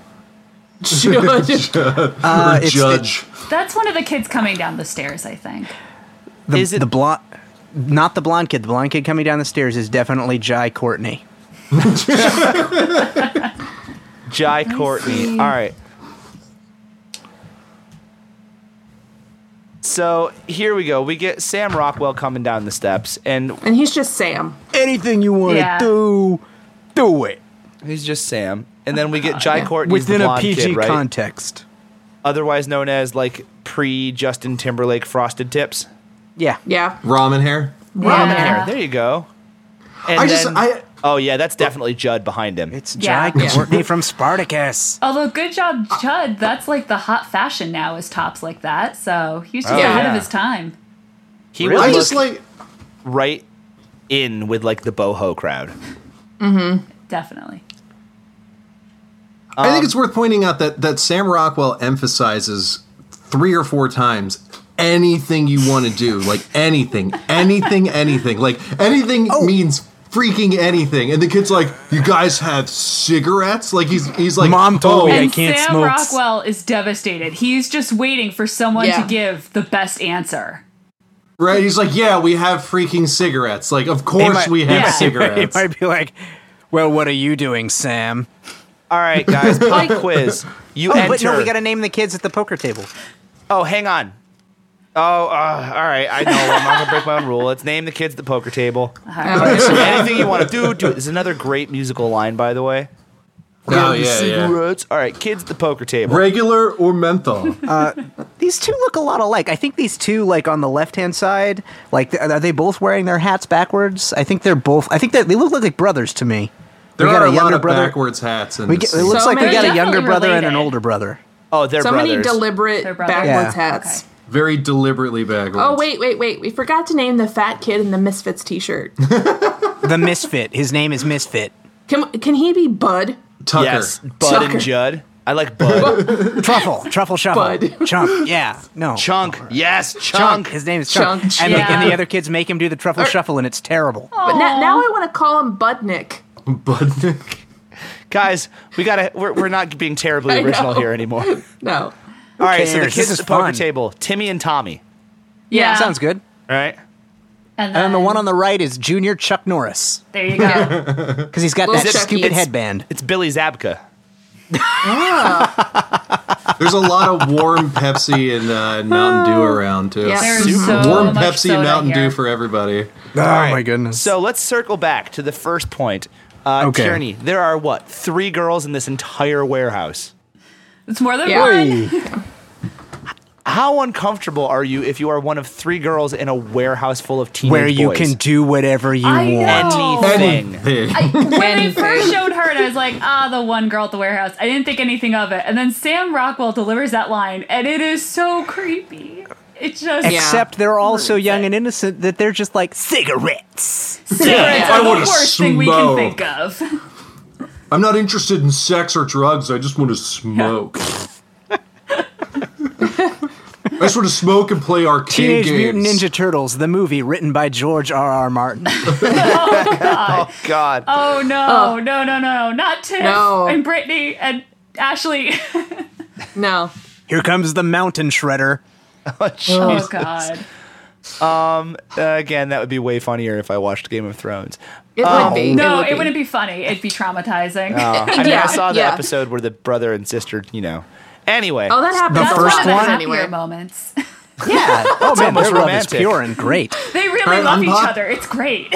[SPEAKER 1] Judge.
[SPEAKER 6] Uh, it's-
[SPEAKER 5] Judge.
[SPEAKER 4] That's one of the kids coming down the stairs, I think.
[SPEAKER 6] The,
[SPEAKER 2] Is it-
[SPEAKER 6] the blonde? Not the blonde kid. The blonde kid coming down the stairs is definitely Jai Courtney.
[SPEAKER 2] Jai Courtney. All right. So here we go. We get Sam Rockwell coming down the steps, and
[SPEAKER 1] and he's just Sam.
[SPEAKER 6] Anything you want to
[SPEAKER 4] Yeah.
[SPEAKER 6] do, do it
[SPEAKER 2] he's just Sam. And then we get Jai Courtney
[SPEAKER 6] within
[SPEAKER 2] the
[SPEAKER 6] a
[SPEAKER 2] blonde
[SPEAKER 6] PG
[SPEAKER 2] kid, right?
[SPEAKER 6] context.
[SPEAKER 2] Otherwise known as like pre Justin Timberlake frosted tips.
[SPEAKER 6] Yeah.
[SPEAKER 1] Yeah.
[SPEAKER 5] Ramen hair.
[SPEAKER 4] Ramen
[SPEAKER 2] There, there you go. And
[SPEAKER 5] I
[SPEAKER 2] then,
[SPEAKER 5] just I
[SPEAKER 2] oh yeah, that's definitely Judd behind him.
[SPEAKER 6] It's
[SPEAKER 4] Yeah.
[SPEAKER 6] Jai
[SPEAKER 1] Yeah.
[SPEAKER 6] Courtney from Spartacus.
[SPEAKER 4] Although, good job, Judd. That's like the hot fashion now is tops like that. So he was just
[SPEAKER 2] Oh,
[SPEAKER 4] ahead
[SPEAKER 2] yeah.
[SPEAKER 4] of his time.
[SPEAKER 2] He
[SPEAKER 5] I
[SPEAKER 2] would
[SPEAKER 5] just
[SPEAKER 2] look
[SPEAKER 5] like
[SPEAKER 2] right in with like the boho crowd.
[SPEAKER 4] Definitely.
[SPEAKER 5] I
[SPEAKER 6] Um,
[SPEAKER 5] think it's worth pointing out that that Sam Rockwell emphasizes three or four times anything you want to do, like anything, anything, anything, like anything
[SPEAKER 6] Oh.
[SPEAKER 5] means freaking anything. And the kid's like, "You guys have cigarettes?" Like he's he's like,
[SPEAKER 6] Mom told
[SPEAKER 5] "Oh,
[SPEAKER 6] me." I
[SPEAKER 4] and
[SPEAKER 6] can't
[SPEAKER 4] Sam
[SPEAKER 6] smoke.
[SPEAKER 4] Rockwell is devastated. He's just waiting for someone
[SPEAKER 1] Yeah.
[SPEAKER 4] to give the best answer.
[SPEAKER 5] Right? He's like, "Yeah, we have freaking cigarettes." Like, of course
[SPEAKER 6] might-
[SPEAKER 5] we have
[SPEAKER 1] yeah.
[SPEAKER 6] He
[SPEAKER 5] cigarettes.
[SPEAKER 6] might be like, "Well, what are you doing, Sam?"
[SPEAKER 2] All right, guys, pop quiz. You enter.
[SPEAKER 6] Oh, But no, we got to name the kids at the poker table.
[SPEAKER 2] Oh, hang on. Oh, uh, all right. I know. I'm not gonna break my own rule. Let's name the kids at the poker table.
[SPEAKER 1] Uh-huh.
[SPEAKER 2] Anything you want to do, do it. There's another great musical line, by the way.
[SPEAKER 5] oh
[SPEAKER 2] The
[SPEAKER 5] yeah, yeah.
[SPEAKER 2] cigarettes. All right, kids at the poker table.
[SPEAKER 6] Uh,
[SPEAKER 5] Regular or menthol?
[SPEAKER 6] these two look a lot alike. I think these two, like on the left hand side, like th- are they both wearing their hats backwards? I think they're both. I think that they look like brothers to me.
[SPEAKER 5] There
[SPEAKER 6] we got
[SPEAKER 5] are
[SPEAKER 6] a
[SPEAKER 5] a lot
[SPEAKER 6] younger
[SPEAKER 5] of
[SPEAKER 6] brother.
[SPEAKER 5] backwards hats. In
[SPEAKER 6] We
[SPEAKER 5] this
[SPEAKER 6] get, it looks
[SPEAKER 1] So
[SPEAKER 6] like we
[SPEAKER 1] many-
[SPEAKER 6] got a
[SPEAKER 4] They're
[SPEAKER 6] younger
[SPEAKER 4] definitely
[SPEAKER 6] brother and an
[SPEAKER 4] related.
[SPEAKER 6] older brother.
[SPEAKER 2] Oh, they're
[SPEAKER 1] So many
[SPEAKER 2] brothers.
[SPEAKER 1] deliberate
[SPEAKER 4] They're brothers.
[SPEAKER 1] backwards
[SPEAKER 6] Yeah.
[SPEAKER 1] hats.
[SPEAKER 5] very deliberately backwards.
[SPEAKER 1] Oh wait, wait, wait! We forgot to name the fat kid in the Misfits T-shirt.
[SPEAKER 6] The misfit. His name is Misfit.
[SPEAKER 1] Can can he be Bud?
[SPEAKER 5] Tucker.
[SPEAKER 2] Yes, Bud
[SPEAKER 1] Tucker.
[SPEAKER 2] and Judd. I like Bud.
[SPEAKER 6] Truffle. Truffle Shuffle.
[SPEAKER 1] Bud.
[SPEAKER 6] Chunk. Yeah. No.
[SPEAKER 2] Chunk. Yes,
[SPEAKER 6] Chunk.
[SPEAKER 2] Chunk.
[SPEAKER 6] His name is Chunk.
[SPEAKER 1] Chunk.
[SPEAKER 6] And,
[SPEAKER 4] Yeah.
[SPEAKER 6] the, and the other kids make him do the truffle shuffle, and it's terrible.
[SPEAKER 1] But now, now I want to call him Budnick.
[SPEAKER 5] Budnick.
[SPEAKER 2] Guys, we gotta. We're, we're not being terribly
[SPEAKER 1] I know.
[SPEAKER 2] original here anymore. All
[SPEAKER 1] No,
[SPEAKER 2] right, so the
[SPEAKER 6] cares? This
[SPEAKER 2] kids at
[SPEAKER 6] is
[SPEAKER 2] the poker
[SPEAKER 6] fun.
[SPEAKER 2] table, Timmy and Tommy.
[SPEAKER 4] Yeah.
[SPEAKER 6] Sounds good.
[SPEAKER 2] All right.
[SPEAKER 4] And,
[SPEAKER 6] And
[SPEAKER 4] then
[SPEAKER 6] then the one on the right is Junior Chuck Norris
[SPEAKER 4] There you go.
[SPEAKER 6] because he's got
[SPEAKER 1] Little
[SPEAKER 6] that
[SPEAKER 1] Chucky.
[SPEAKER 6] stupid
[SPEAKER 1] It's-
[SPEAKER 6] headband.
[SPEAKER 2] It's Billy Zabka.
[SPEAKER 5] There's a lot of warm Pepsi and uh, Mountain Dew around too.
[SPEAKER 1] Yeah.
[SPEAKER 4] There's
[SPEAKER 1] Super
[SPEAKER 4] so
[SPEAKER 5] warm
[SPEAKER 4] much
[SPEAKER 5] Pepsi
[SPEAKER 4] soda
[SPEAKER 5] and Mountain
[SPEAKER 4] here.
[SPEAKER 5] Dew for everybody.
[SPEAKER 6] Oh
[SPEAKER 2] my
[SPEAKER 6] goodness.
[SPEAKER 2] So let's circle back to the first point. Uh,
[SPEAKER 6] Okay.
[SPEAKER 2] Tierney, there are what three girls in this entire warehouse.
[SPEAKER 4] It's more than
[SPEAKER 1] Yeah.
[SPEAKER 4] one.
[SPEAKER 2] How uncomfortable are you if you are one of three girls in a warehouse full of teenage
[SPEAKER 6] where you
[SPEAKER 2] boys?
[SPEAKER 6] can do whatever you
[SPEAKER 4] I
[SPEAKER 6] want.
[SPEAKER 4] know.
[SPEAKER 2] anything?
[SPEAKER 5] Hey.
[SPEAKER 4] When they
[SPEAKER 1] Anything.
[SPEAKER 4] first showed her, and I was like, ah, the one girl at the warehouse. I didn't think anything of it. And then Sam Rockwell delivers that line, and it is so creepy. It just
[SPEAKER 1] Yeah.
[SPEAKER 6] Except they're all so young and innocent that they're just like cigarettes.
[SPEAKER 4] cigarettes
[SPEAKER 5] I
[SPEAKER 4] are the
[SPEAKER 5] wanna
[SPEAKER 4] worst thing we can
[SPEAKER 5] smoke.
[SPEAKER 4] think of.
[SPEAKER 5] I'm not interested in sex or drugs. I just want to smoke. I just want to smoke and play
[SPEAKER 6] Teenage
[SPEAKER 5] arcade games.
[SPEAKER 6] Mutant Ninja Turtles, the movie written by George R. R. Martin.
[SPEAKER 2] Oh God.
[SPEAKER 4] Oh no, no, no, no, not Tiff
[SPEAKER 1] No.
[SPEAKER 4] and Brittany and Ashley.
[SPEAKER 1] no.
[SPEAKER 6] Here comes the Mountain Shredder.
[SPEAKER 4] oh god.
[SPEAKER 2] Uh, again, that would be way funnier if I watched Game of Thrones.
[SPEAKER 1] It would be.
[SPEAKER 4] No,
[SPEAKER 1] would
[SPEAKER 4] it, wouldn't be funny. It'd be traumatizing.
[SPEAKER 2] I mean,
[SPEAKER 1] Yeah,
[SPEAKER 2] I saw the
[SPEAKER 1] yeah.
[SPEAKER 2] episode where the brother and sister, you know. Anyway,
[SPEAKER 1] Oh, that happened.
[SPEAKER 6] The
[SPEAKER 4] That's
[SPEAKER 6] first
[SPEAKER 4] one of the
[SPEAKER 6] one?
[SPEAKER 4] happier
[SPEAKER 1] anyway.
[SPEAKER 4] moments.
[SPEAKER 6] Yeah. Oh man,
[SPEAKER 2] almost
[SPEAKER 6] their love is
[SPEAKER 2] romantic.
[SPEAKER 6] pure and great.
[SPEAKER 4] They really
[SPEAKER 5] Alright,
[SPEAKER 4] love each
[SPEAKER 5] unpop-
[SPEAKER 4] other. It's great.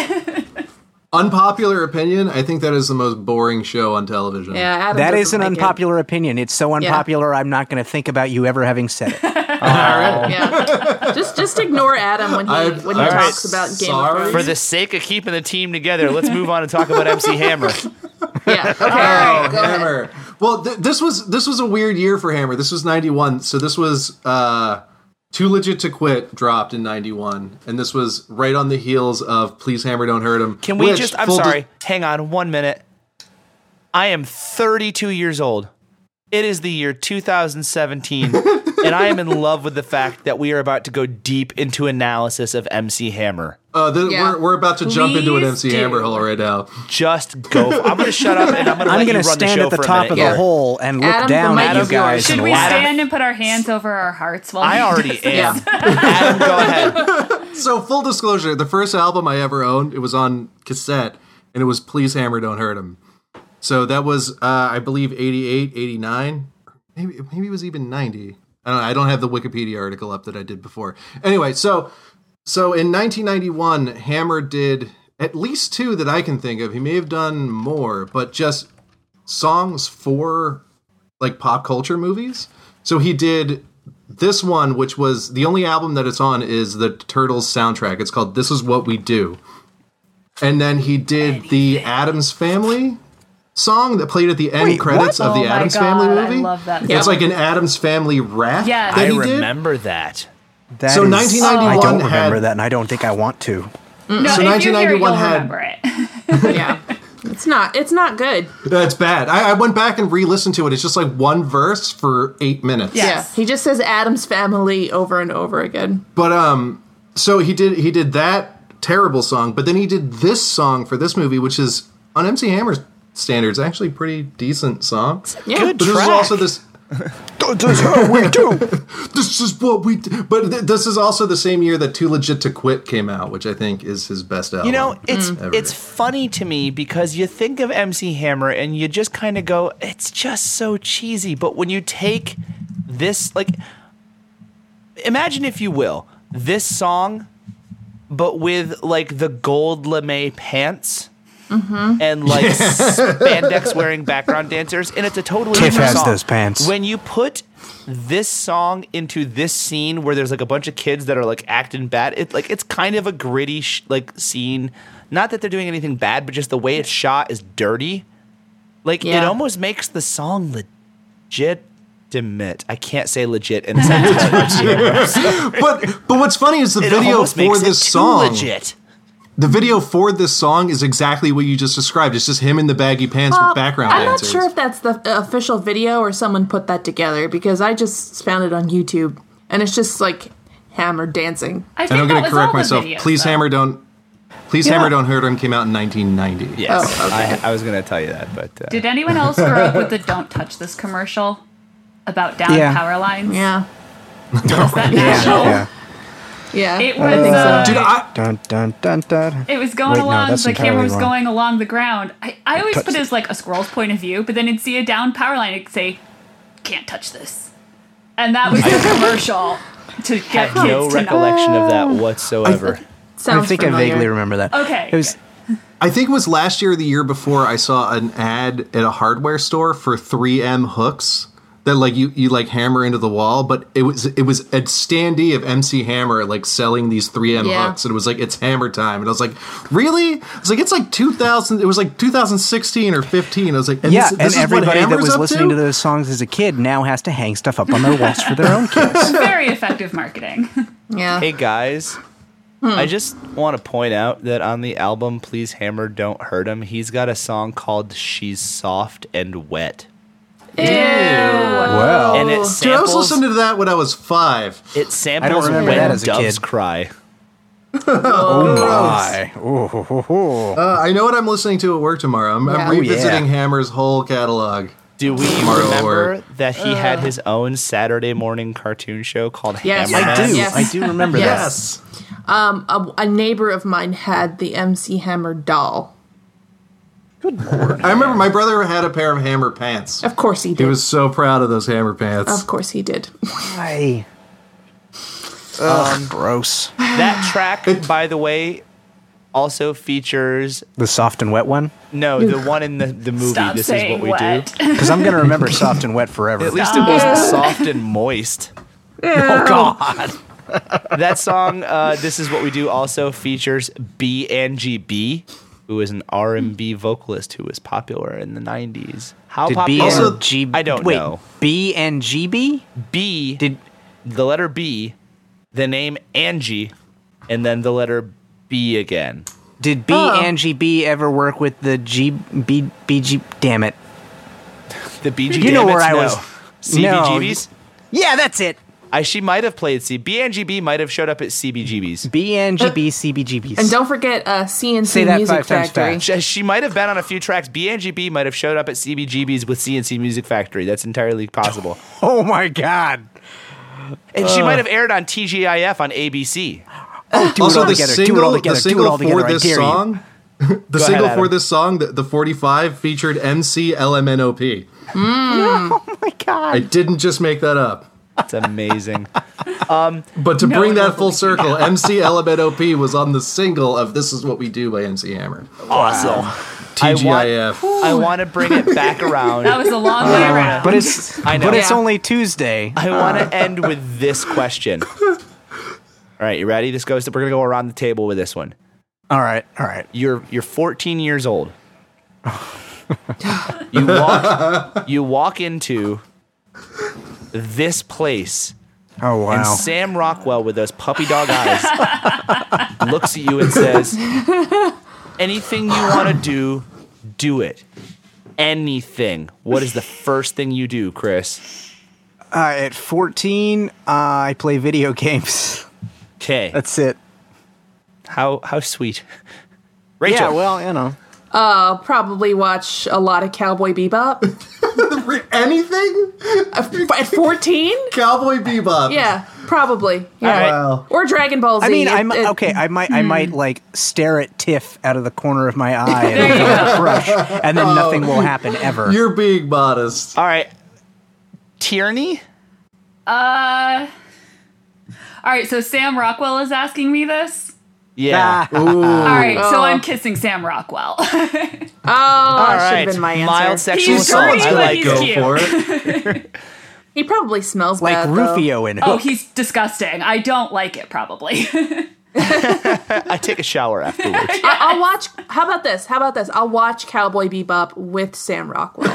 [SPEAKER 5] Unpopular opinion. I think that is the most boring show on television.
[SPEAKER 1] Yeah, Adam
[SPEAKER 6] That is
[SPEAKER 1] doesn't
[SPEAKER 6] an
[SPEAKER 1] like it.
[SPEAKER 6] unpopular opinion. It's so unpopular, I'm not going to think about you ever having said it.
[SPEAKER 1] Yeah. just just ignore Adam when he
[SPEAKER 5] I-
[SPEAKER 1] when he
[SPEAKER 5] I'm
[SPEAKER 1] talks about Game
[SPEAKER 5] sorry.
[SPEAKER 1] of
[SPEAKER 2] for
[SPEAKER 1] Thrones.
[SPEAKER 2] the sake of keeping the team together, let's move on and talk about MC Hammer.
[SPEAKER 1] yeah. Okay.
[SPEAKER 5] Oh,
[SPEAKER 1] go ahead.
[SPEAKER 5] Hammer. Well, th- this was this was a weird year for Hammer. This was '91, so this was uh, Too Legit to Quit dropped in '91, and this was right on the heels of Please Hammer, Don't Hurt Him.
[SPEAKER 2] Can we
[SPEAKER 5] which,
[SPEAKER 2] just? I'm
[SPEAKER 5] full dis-
[SPEAKER 2] sorry. hang on one minute. I am 32 years old. It is the year 2017, and I am in love with the fact that we are about to go deep into analysis of MC Hammer.
[SPEAKER 5] uh, th-
[SPEAKER 1] Yeah.
[SPEAKER 5] we're, we're about to jump into an
[SPEAKER 4] Please
[SPEAKER 5] MC
[SPEAKER 4] do.
[SPEAKER 5] Hammer hole right now.
[SPEAKER 2] Just go. For, I'm going to shut up and I'm going to
[SPEAKER 6] I'm
[SPEAKER 2] let you run
[SPEAKER 6] going to stand
[SPEAKER 2] the show
[SPEAKER 6] at the
[SPEAKER 2] for
[SPEAKER 6] top
[SPEAKER 2] a minute.
[SPEAKER 6] of the
[SPEAKER 1] Yeah.
[SPEAKER 6] hole and look
[SPEAKER 1] Adam, the
[SPEAKER 6] down
[SPEAKER 1] mic
[SPEAKER 6] at you
[SPEAKER 1] is yours.
[SPEAKER 6] guys.
[SPEAKER 4] Should
[SPEAKER 6] and
[SPEAKER 4] we
[SPEAKER 6] laugh.
[SPEAKER 4] stand and put our hands over our hearts while
[SPEAKER 2] I
[SPEAKER 4] he
[SPEAKER 2] already
[SPEAKER 4] does-
[SPEAKER 2] am. Adam, go ahead.
[SPEAKER 5] So full disclosure, the first album I ever owned, it was on cassette, and it was Please Hammer, Don't Hurt Him. So that was, uh, I believe, 88, 89, maybe maybe it was even 90. I don't know. I don't have the Wikipedia article up that I did before. Anyway, so so in 1991, Hammer did at least two that I can think of. He may have done more, but just songs for like pop culture movies. So he did this one, which was the only album that it's on, is the Turtles soundtrack. It's called "This Is What We Do," and then he did the Adams Family song that played at the end
[SPEAKER 6] Wait,
[SPEAKER 5] credits
[SPEAKER 6] what?
[SPEAKER 5] of
[SPEAKER 4] Oh
[SPEAKER 5] the
[SPEAKER 4] my
[SPEAKER 5] Adams
[SPEAKER 4] God,
[SPEAKER 5] Family
[SPEAKER 4] I
[SPEAKER 5] movie.
[SPEAKER 4] love that
[SPEAKER 5] It's
[SPEAKER 4] song.
[SPEAKER 5] like an Adams Family rap
[SPEAKER 4] Yes.
[SPEAKER 5] that
[SPEAKER 2] I
[SPEAKER 5] he did.
[SPEAKER 2] remember that.
[SPEAKER 6] That
[SPEAKER 5] So
[SPEAKER 6] is-
[SPEAKER 5] 1991
[SPEAKER 6] I don't remember
[SPEAKER 5] had-
[SPEAKER 6] that, and I don't think I want to.
[SPEAKER 4] No,
[SPEAKER 5] So
[SPEAKER 4] if you hear it,
[SPEAKER 5] 1991
[SPEAKER 4] you'll
[SPEAKER 5] had-
[SPEAKER 4] remember it.
[SPEAKER 1] Yeah. It's not. It's not good.
[SPEAKER 5] That's bad. I, I went back and re-listened to it. It's just like one verse for eight minutes.
[SPEAKER 4] Yeah.
[SPEAKER 1] Yeah.
[SPEAKER 4] Yes.
[SPEAKER 1] He just says Adam's family over and over again.
[SPEAKER 5] But um, so he did he did that terrible song, but then he did this song for this movie, which is on MC Hammer's standards actually pretty decent song.
[SPEAKER 1] Yeah.
[SPEAKER 5] But this is also this.
[SPEAKER 6] That's how we do.
[SPEAKER 5] This is what we. d- But th- this is also the same year that Too Legit to Quit came out, which I think is his best album.
[SPEAKER 2] You know, it's
[SPEAKER 7] Mm.
[SPEAKER 5] Ever.
[SPEAKER 2] it's funny to me because you think of MC Hammer and you just kind of go, it's just so cheesy. But when you take this, like, imagine if you will, this song, but with like the gold lame pants and like spandex wearing background dancers, and it's a totally
[SPEAKER 6] Tiff
[SPEAKER 2] different
[SPEAKER 6] has
[SPEAKER 2] song.
[SPEAKER 6] those pants.
[SPEAKER 2] When you put this song into this scene where there's like a bunch of kids that are like acting bad, it like it's kind of a gritty sh- like scene. Not that they're doing anything bad, but just the way it's shot is dirty. Like it
[SPEAKER 1] Yeah.
[SPEAKER 2] almost makes the song legitimate. I can't say legit in a sentence.
[SPEAKER 7] But but what's funny is the
[SPEAKER 2] It
[SPEAKER 7] video
[SPEAKER 2] almost
[SPEAKER 7] for
[SPEAKER 2] makes
[SPEAKER 7] this
[SPEAKER 2] it too
[SPEAKER 7] song.
[SPEAKER 2] legit.
[SPEAKER 7] The video for this song is exactly what you just described. It's just him in the baggy pants
[SPEAKER 1] Well,
[SPEAKER 4] Um,
[SPEAKER 7] with background
[SPEAKER 1] I'm
[SPEAKER 7] dancers.
[SPEAKER 1] not sure if that's the official video or someone put that together because I just found it on YouTube and it's just like hammer dancing.
[SPEAKER 4] I think
[SPEAKER 7] and I'm
[SPEAKER 4] that was
[SPEAKER 7] going to
[SPEAKER 4] all
[SPEAKER 7] correct
[SPEAKER 4] the
[SPEAKER 7] myself.
[SPEAKER 4] videos,
[SPEAKER 7] Please
[SPEAKER 4] though.
[SPEAKER 7] hammer don't. Please hammer don't hurt him came out in 1990.
[SPEAKER 2] Yes,
[SPEAKER 1] Oh,
[SPEAKER 2] I, I was gonna tell you that, but uh,
[SPEAKER 4] Did anyone else grow up with the "Don't touch this" commercial about down
[SPEAKER 6] Yeah.
[SPEAKER 4] power lines?
[SPEAKER 1] Yeah.
[SPEAKER 4] Was that national?
[SPEAKER 6] yeah.
[SPEAKER 1] Yeah.
[SPEAKER 4] It was. uh,
[SPEAKER 7] Dude, I,
[SPEAKER 6] Dun dun dun dun.
[SPEAKER 4] it was going
[SPEAKER 6] Wait, no,
[SPEAKER 4] along.
[SPEAKER 6] that's
[SPEAKER 4] the camera
[SPEAKER 6] entirely
[SPEAKER 4] was
[SPEAKER 6] wrong.
[SPEAKER 4] going along the ground. I, I always
[SPEAKER 6] touch
[SPEAKER 4] put it
[SPEAKER 6] this.
[SPEAKER 4] as like a squirrel's point of view, but then it'd see a down power line and it'd say, "Can't touch this," and that was the commercial to get kids
[SPEAKER 2] no
[SPEAKER 4] to know.
[SPEAKER 2] recollection of that whatsoever.
[SPEAKER 1] Sounds
[SPEAKER 6] I think
[SPEAKER 1] familiar.
[SPEAKER 6] I vaguely remember that.
[SPEAKER 4] Okay.
[SPEAKER 6] It was
[SPEAKER 7] I think it was last year or the year before I saw an ad at a hardware store for 3M hooks that like you, you like hammer into the wall, but it was it was a standee of MC Hammer like selling these 3M
[SPEAKER 1] Yeah.
[SPEAKER 7] hooks and it was like it's hammer time and I was like, "Really?" I was like, "It's like 2000 it was like 2016 or 15." I was like, and
[SPEAKER 6] yeah,
[SPEAKER 7] this, this
[SPEAKER 6] and
[SPEAKER 7] is what
[SPEAKER 6] everybody that
[SPEAKER 7] Hammer's
[SPEAKER 6] was
[SPEAKER 7] up
[SPEAKER 6] listening to? those songs as a kid now has to hang stuff up on their walls for their own kids.
[SPEAKER 4] Very effective marketing.
[SPEAKER 1] Yeah.
[SPEAKER 2] Hey guys, I just want to point out that on the album "Please Hammer, Don't Hurt Him," he's got a song called "She's Soft and Wet,"
[SPEAKER 6] Well,
[SPEAKER 2] and it
[SPEAKER 7] Dude, I was
[SPEAKER 2] samples
[SPEAKER 7] listening to that when I was 5.
[SPEAKER 2] it
[SPEAKER 6] I don't
[SPEAKER 2] samples
[SPEAKER 6] remember
[SPEAKER 2] when
[SPEAKER 6] that as a
[SPEAKER 2] doves
[SPEAKER 6] kid.
[SPEAKER 2] cry.
[SPEAKER 6] my. Ooh, ho, ho, ho.
[SPEAKER 7] Uh, I know what I'm listening to at work tomorrow. I'm,
[SPEAKER 1] Yeah.
[SPEAKER 7] I'm
[SPEAKER 1] Oh, yeah.
[SPEAKER 7] revisiting Hammer's whole catalog.
[SPEAKER 2] Do we
[SPEAKER 7] Tomorrow
[SPEAKER 2] remember
[SPEAKER 7] or-
[SPEAKER 2] that he had his own Saturday morning cartoon show called
[SPEAKER 1] Yes.
[SPEAKER 2] Hammer?
[SPEAKER 6] I do.
[SPEAKER 1] Yes.
[SPEAKER 6] I do remember
[SPEAKER 1] Yes.
[SPEAKER 6] that.
[SPEAKER 7] Yes.
[SPEAKER 1] a, a neighbor of mine had the MC Hammer doll.
[SPEAKER 7] I remember my brother had a pair of hammer pants.
[SPEAKER 1] Of course he did.
[SPEAKER 7] He was so proud of those hammer pants.
[SPEAKER 1] of course he did.
[SPEAKER 6] Why? Ugh, gross.
[SPEAKER 2] That track, by the way, also features
[SPEAKER 6] The soft and wet one?
[SPEAKER 2] no the one in the, the movie.
[SPEAKER 4] Stop
[SPEAKER 2] this is what
[SPEAKER 4] saying
[SPEAKER 2] we do.
[SPEAKER 4] what.
[SPEAKER 6] Because I'm going to remember soft and wet forever.
[SPEAKER 2] At least it wasn't soft and moist. Oh God. that song, uh, "This Is What We Do," also features B Angie B, who is an R and B vocalist who was popular in the '90s. How
[SPEAKER 6] Did B
[SPEAKER 2] popular?
[SPEAKER 6] and G?
[SPEAKER 2] I don't
[SPEAKER 6] wait,
[SPEAKER 2] know.
[SPEAKER 6] B and GB?
[SPEAKER 2] B
[SPEAKER 6] Did
[SPEAKER 2] the letter B, the name Angie, and then the letter B again.
[SPEAKER 6] did B
[SPEAKER 1] Oh.
[SPEAKER 6] and GB ever work with the G B B G? Damn it!
[SPEAKER 2] The BG.
[SPEAKER 6] You know
[SPEAKER 2] damn it,
[SPEAKER 6] where I
[SPEAKER 2] no.
[SPEAKER 6] was- No.
[SPEAKER 2] CBGBs.
[SPEAKER 6] Yeah, that's it.
[SPEAKER 2] I she might have played C. B Angie B might have showed up at CBGBs.
[SPEAKER 6] B and GB CBGBs.
[SPEAKER 1] And don't forget uh, CNC
[SPEAKER 6] Say that
[SPEAKER 1] Music
[SPEAKER 6] five times
[SPEAKER 1] Factory.
[SPEAKER 2] She, she might have been on a few tracks. BNGB might have showed up at CBGB's with CNC Music Factory. That's entirely possible.
[SPEAKER 6] Oh my god!
[SPEAKER 2] And she might have aired on TGIF on ABC.
[SPEAKER 6] Do it all together. do it all together.
[SPEAKER 7] the
[SPEAKER 6] do
[SPEAKER 7] single
[SPEAKER 6] it all together.
[SPEAKER 7] for this
[SPEAKER 6] I dare you.
[SPEAKER 7] song, the
[SPEAKER 2] ahead,
[SPEAKER 7] single for
[SPEAKER 2] Adam.
[SPEAKER 7] this song, the, the 45 featured MC LMNOP.
[SPEAKER 6] Oh my god!
[SPEAKER 7] I didn't just make that up.
[SPEAKER 2] It's amazing.
[SPEAKER 7] But to bring
[SPEAKER 4] one
[SPEAKER 7] that
[SPEAKER 4] will
[SPEAKER 7] full circle, MC LMNOP was on the single of "This Is What We Do" by MC Hammer.
[SPEAKER 2] awesome.
[SPEAKER 7] TGIF.
[SPEAKER 2] I want to bring it back around.
[SPEAKER 4] That was a long way around.
[SPEAKER 6] Uh, But it's
[SPEAKER 2] I know.
[SPEAKER 6] but it's
[SPEAKER 1] Yeah.
[SPEAKER 6] only Tuesday.
[SPEAKER 2] I want to end with this question. All right, you ready? This goes. To, we're gonna go around the table with this one.
[SPEAKER 6] All right, all right.
[SPEAKER 2] You're you're 14 years old. you walk you walk into this place
[SPEAKER 6] Oh wow!
[SPEAKER 2] And Sam Rockwell with those puppy dog eyes looks at you and says, Anything you want to do, do it. Anything. What is the first thing you do, Chris?
[SPEAKER 6] uh, at 14, uh, I play video games.
[SPEAKER 2] Okay.
[SPEAKER 6] That's it.
[SPEAKER 2] How how sweet. Rachel.
[SPEAKER 6] Yeah, well, you know.
[SPEAKER 1] I'll probably watch a lot of Cowboy Bebop.
[SPEAKER 7] Anything?
[SPEAKER 1] At 14?
[SPEAKER 7] Cowboy Bebop.
[SPEAKER 1] Yeah, probably. Yeah.
[SPEAKER 2] All right.
[SPEAKER 7] Wow.
[SPEAKER 1] Or Dragon Ball Z.
[SPEAKER 6] I mean,
[SPEAKER 1] It-
[SPEAKER 6] I'm
[SPEAKER 1] it-
[SPEAKER 6] okay. I might, I might like stare at Tiff out of the corner of my eye and feel a crush, and then nothing will happen ever.
[SPEAKER 7] Oh. You're being modest.
[SPEAKER 2] All right. Tierney?
[SPEAKER 4] Uh, all right, so Sam Rockwell is asking me this.
[SPEAKER 2] Yeah.
[SPEAKER 1] Ah,
[SPEAKER 4] All right, so I'm kissing Sam Rockwell.
[SPEAKER 1] Oh, that should
[SPEAKER 2] right.
[SPEAKER 1] have been my answer.
[SPEAKER 2] Mild sexual
[SPEAKER 4] He's
[SPEAKER 2] assault.
[SPEAKER 4] dirty,
[SPEAKER 2] I
[SPEAKER 4] but
[SPEAKER 2] like
[SPEAKER 4] he's
[SPEAKER 2] it.
[SPEAKER 7] Go
[SPEAKER 4] cute.
[SPEAKER 7] for it.
[SPEAKER 1] he probably smells
[SPEAKER 6] like
[SPEAKER 1] bad, though.
[SPEAKER 6] Rufio in
[SPEAKER 4] oh,
[SPEAKER 6] Hook.
[SPEAKER 4] he's disgusting. I don't like it. Probably.
[SPEAKER 2] I take a shower afterwards.
[SPEAKER 1] I- I'll watch. How about this? How about this? I'll watch Cowboy Bebop with Sam Rockwell.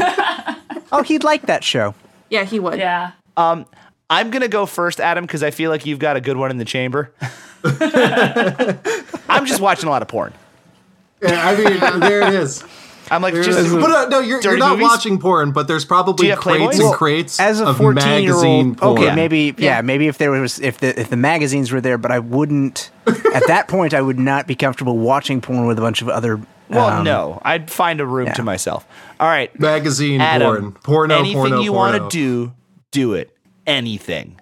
[SPEAKER 6] Oh, he'd like that show.
[SPEAKER 1] yeah, he would.
[SPEAKER 4] yeah.
[SPEAKER 2] I'm gonna go first, Adam, because I feel like you've got a good one in the chamber. I'm just watching a lot of porn.
[SPEAKER 7] Yeah, I mean, there it is.
[SPEAKER 2] I'm like,
[SPEAKER 7] There it
[SPEAKER 2] just
[SPEAKER 7] is. But uh, no, you're, you're
[SPEAKER 2] Dirty
[SPEAKER 7] not
[SPEAKER 2] movies?
[SPEAKER 7] watching porn, but there's
[SPEAKER 2] Do
[SPEAKER 7] probably
[SPEAKER 2] you have
[SPEAKER 7] crates
[SPEAKER 2] Playboys?
[SPEAKER 7] and
[SPEAKER 2] Well,
[SPEAKER 7] crates
[SPEAKER 6] As a
[SPEAKER 7] of
[SPEAKER 6] 14 year
[SPEAKER 7] magazine
[SPEAKER 6] old,
[SPEAKER 7] porn.
[SPEAKER 6] okay,
[SPEAKER 2] Yeah.
[SPEAKER 6] maybe, yeah, maybe if there was, if the if the magazines were there, but I wouldn't. at that point, I would not be comfortable watching porn with a bunch of other.
[SPEAKER 2] well,
[SPEAKER 6] um,
[SPEAKER 2] no, I'd find a room
[SPEAKER 6] yeah.
[SPEAKER 2] to myself. All right,
[SPEAKER 7] Magazine porn.
[SPEAKER 2] Adam,
[SPEAKER 7] Porno,
[SPEAKER 2] anything
[SPEAKER 7] porno,
[SPEAKER 2] you
[SPEAKER 7] porno.
[SPEAKER 2] want to do, do it. Anything.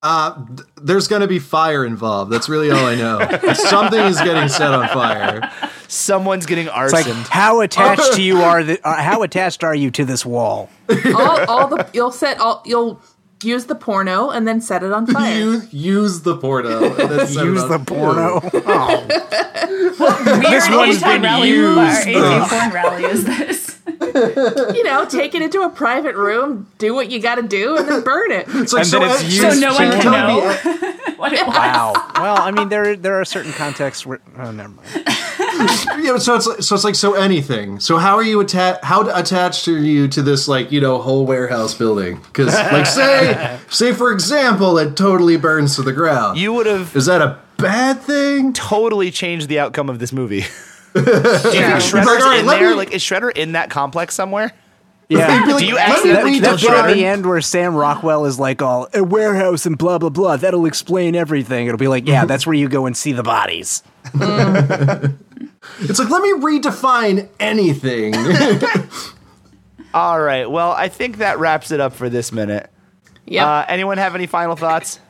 [SPEAKER 7] Uh, There's going to be fire involved. That's really all I know. Something is getting set on fire.
[SPEAKER 2] Someone's getting
[SPEAKER 6] It's like
[SPEAKER 2] arsoned.
[SPEAKER 6] how attached to you are the, uh, how attached are you to this wall?
[SPEAKER 1] All, all the you'll set. All you'll use the porno and then set it on fire.
[SPEAKER 7] Use, use the porno. and then set it
[SPEAKER 6] Use
[SPEAKER 7] on
[SPEAKER 6] the
[SPEAKER 7] fire.
[SPEAKER 6] porno. Oh.
[SPEAKER 4] Weird
[SPEAKER 6] one's been uh.
[SPEAKER 4] anti-rally
[SPEAKER 7] used.
[SPEAKER 4] or anti-porn rally is this?
[SPEAKER 1] you know, take it into a private room, do what you got to do, and then burn it.
[SPEAKER 7] It's like,
[SPEAKER 2] And
[SPEAKER 7] so,
[SPEAKER 2] then it's
[SPEAKER 7] uh,
[SPEAKER 4] So no one
[SPEAKER 7] you're
[SPEAKER 4] can
[SPEAKER 7] telling me-
[SPEAKER 4] know what it was.
[SPEAKER 6] Wow. Well, I mean, there there are certain contexts where. Oh, never mind.
[SPEAKER 7] Yeah, but so it's like, so it's like so anything. So how are you attached? How d- attached are you to this like you know whole warehouse building? Because like say say for example, it totally burns to the ground.
[SPEAKER 2] you would have
[SPEAKER 7] is that a bad thing?
[SPEAKER 2] totally changed the outcome of this movie. Do you think
[SPEAKER 7] Like,
[SPEAKER 2] Shredder's
[SPEAKER 7] all right,
[SPEAKER 2] in
[SPEAKER 7] let
[SPEAKER 2] there?
[SPEAKER 7] me-
[SPEAKER 2] like, is Shredder in that complex somewhere?
[SPEAKER 6] Yeah.
[SPEAKER 7] Be like,
[SPEAKER 2] Do you
[SPEAKER 7] let me
[SPEAKER 2] accidentally
[SPEAKER 7] read
[SPEAKER 2] kill
[SPEAKER 7] the
[SPEAKER 6] That bit at
[SPEAKER 7] book.
[SPEAKER 6] the end where Sam Rockwell is like all a warehouse and blah blah blah. That'll explain everything. It'll be like, yeah, that's where you go and see the bodies.
[SPEAKER 7] It's like let me redefine anything.
[SPEAKER 2] All right. Well, I think that wraps it up for this minute.
[SPEAKER 1] Yep.
[SPEAKER 2] Uh, anyone have any final thoughts?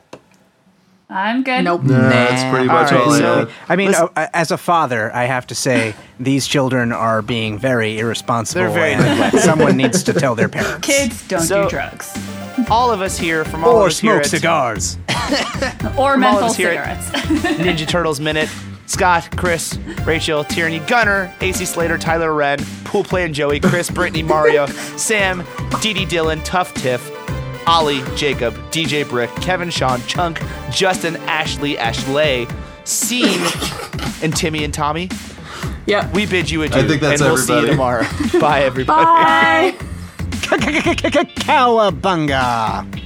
[SPEAKER 4] I'm good.
[SPEAKER 1] nope.
[SPEAKER 7] That's pretty much
[SPEAKER 2] All right,
[SPEAKER 7] all I
[SPEAKER 2] so-
[SPEAKER 7] know.
[SPEAKER 6] I mean,
[SPEAKER 2] Listen-
[SPEAKER 6] uh, as a father, I have to say these children are being very irresponsible.
[SPEAKER 2] They're very
[SPEAKER 6] and someone needs to tell their parents
[SPEAKER 4] Kids don't
[SPEAKER 2] So-
[SPEAKER 4] do drugs
[SPEAKER 2] All of us here from all of
[SPEAKER 6] or
[SPEAKER 2] us here
[SPEAKER 6] smoke
[SPEAKER 2] at
[SPEAKER 6] cigars.
[SPEAKER 4] or
[SPEAKER 2] all of
[SPEAKER 4] menthol
[SPEAKER 2] us here at-
[SPEAKER 4] cigarettes.
[SPEAKER 2] Ninja Turtles Minute. Scott, Chris, Rachel, Tierney, Gunner, AC Slater, Tyler Red, Pool Play and Joey, Chris, Brittany, Mario, Sam, Dee Dee Dylan, Tough Tiff, Ollie, Jacob, DJ Brick, Kevin, Sean, Chunk, Justin, Ashley, Ashley, Scene, and Timmy and Tommy.
[SPEAKER 1] Yep.
[SPEAKER 2] We bid you adieu,
[SPEAKER 7] I think that's
[SPEAKER 2] and we'll see you
[SPEAKER 7] everybody.
[SPEAKER 2] tomorrow. Bye, everybody.
[SPEAKER 1] Bye.
[SPEAKER 6] Cowabunga!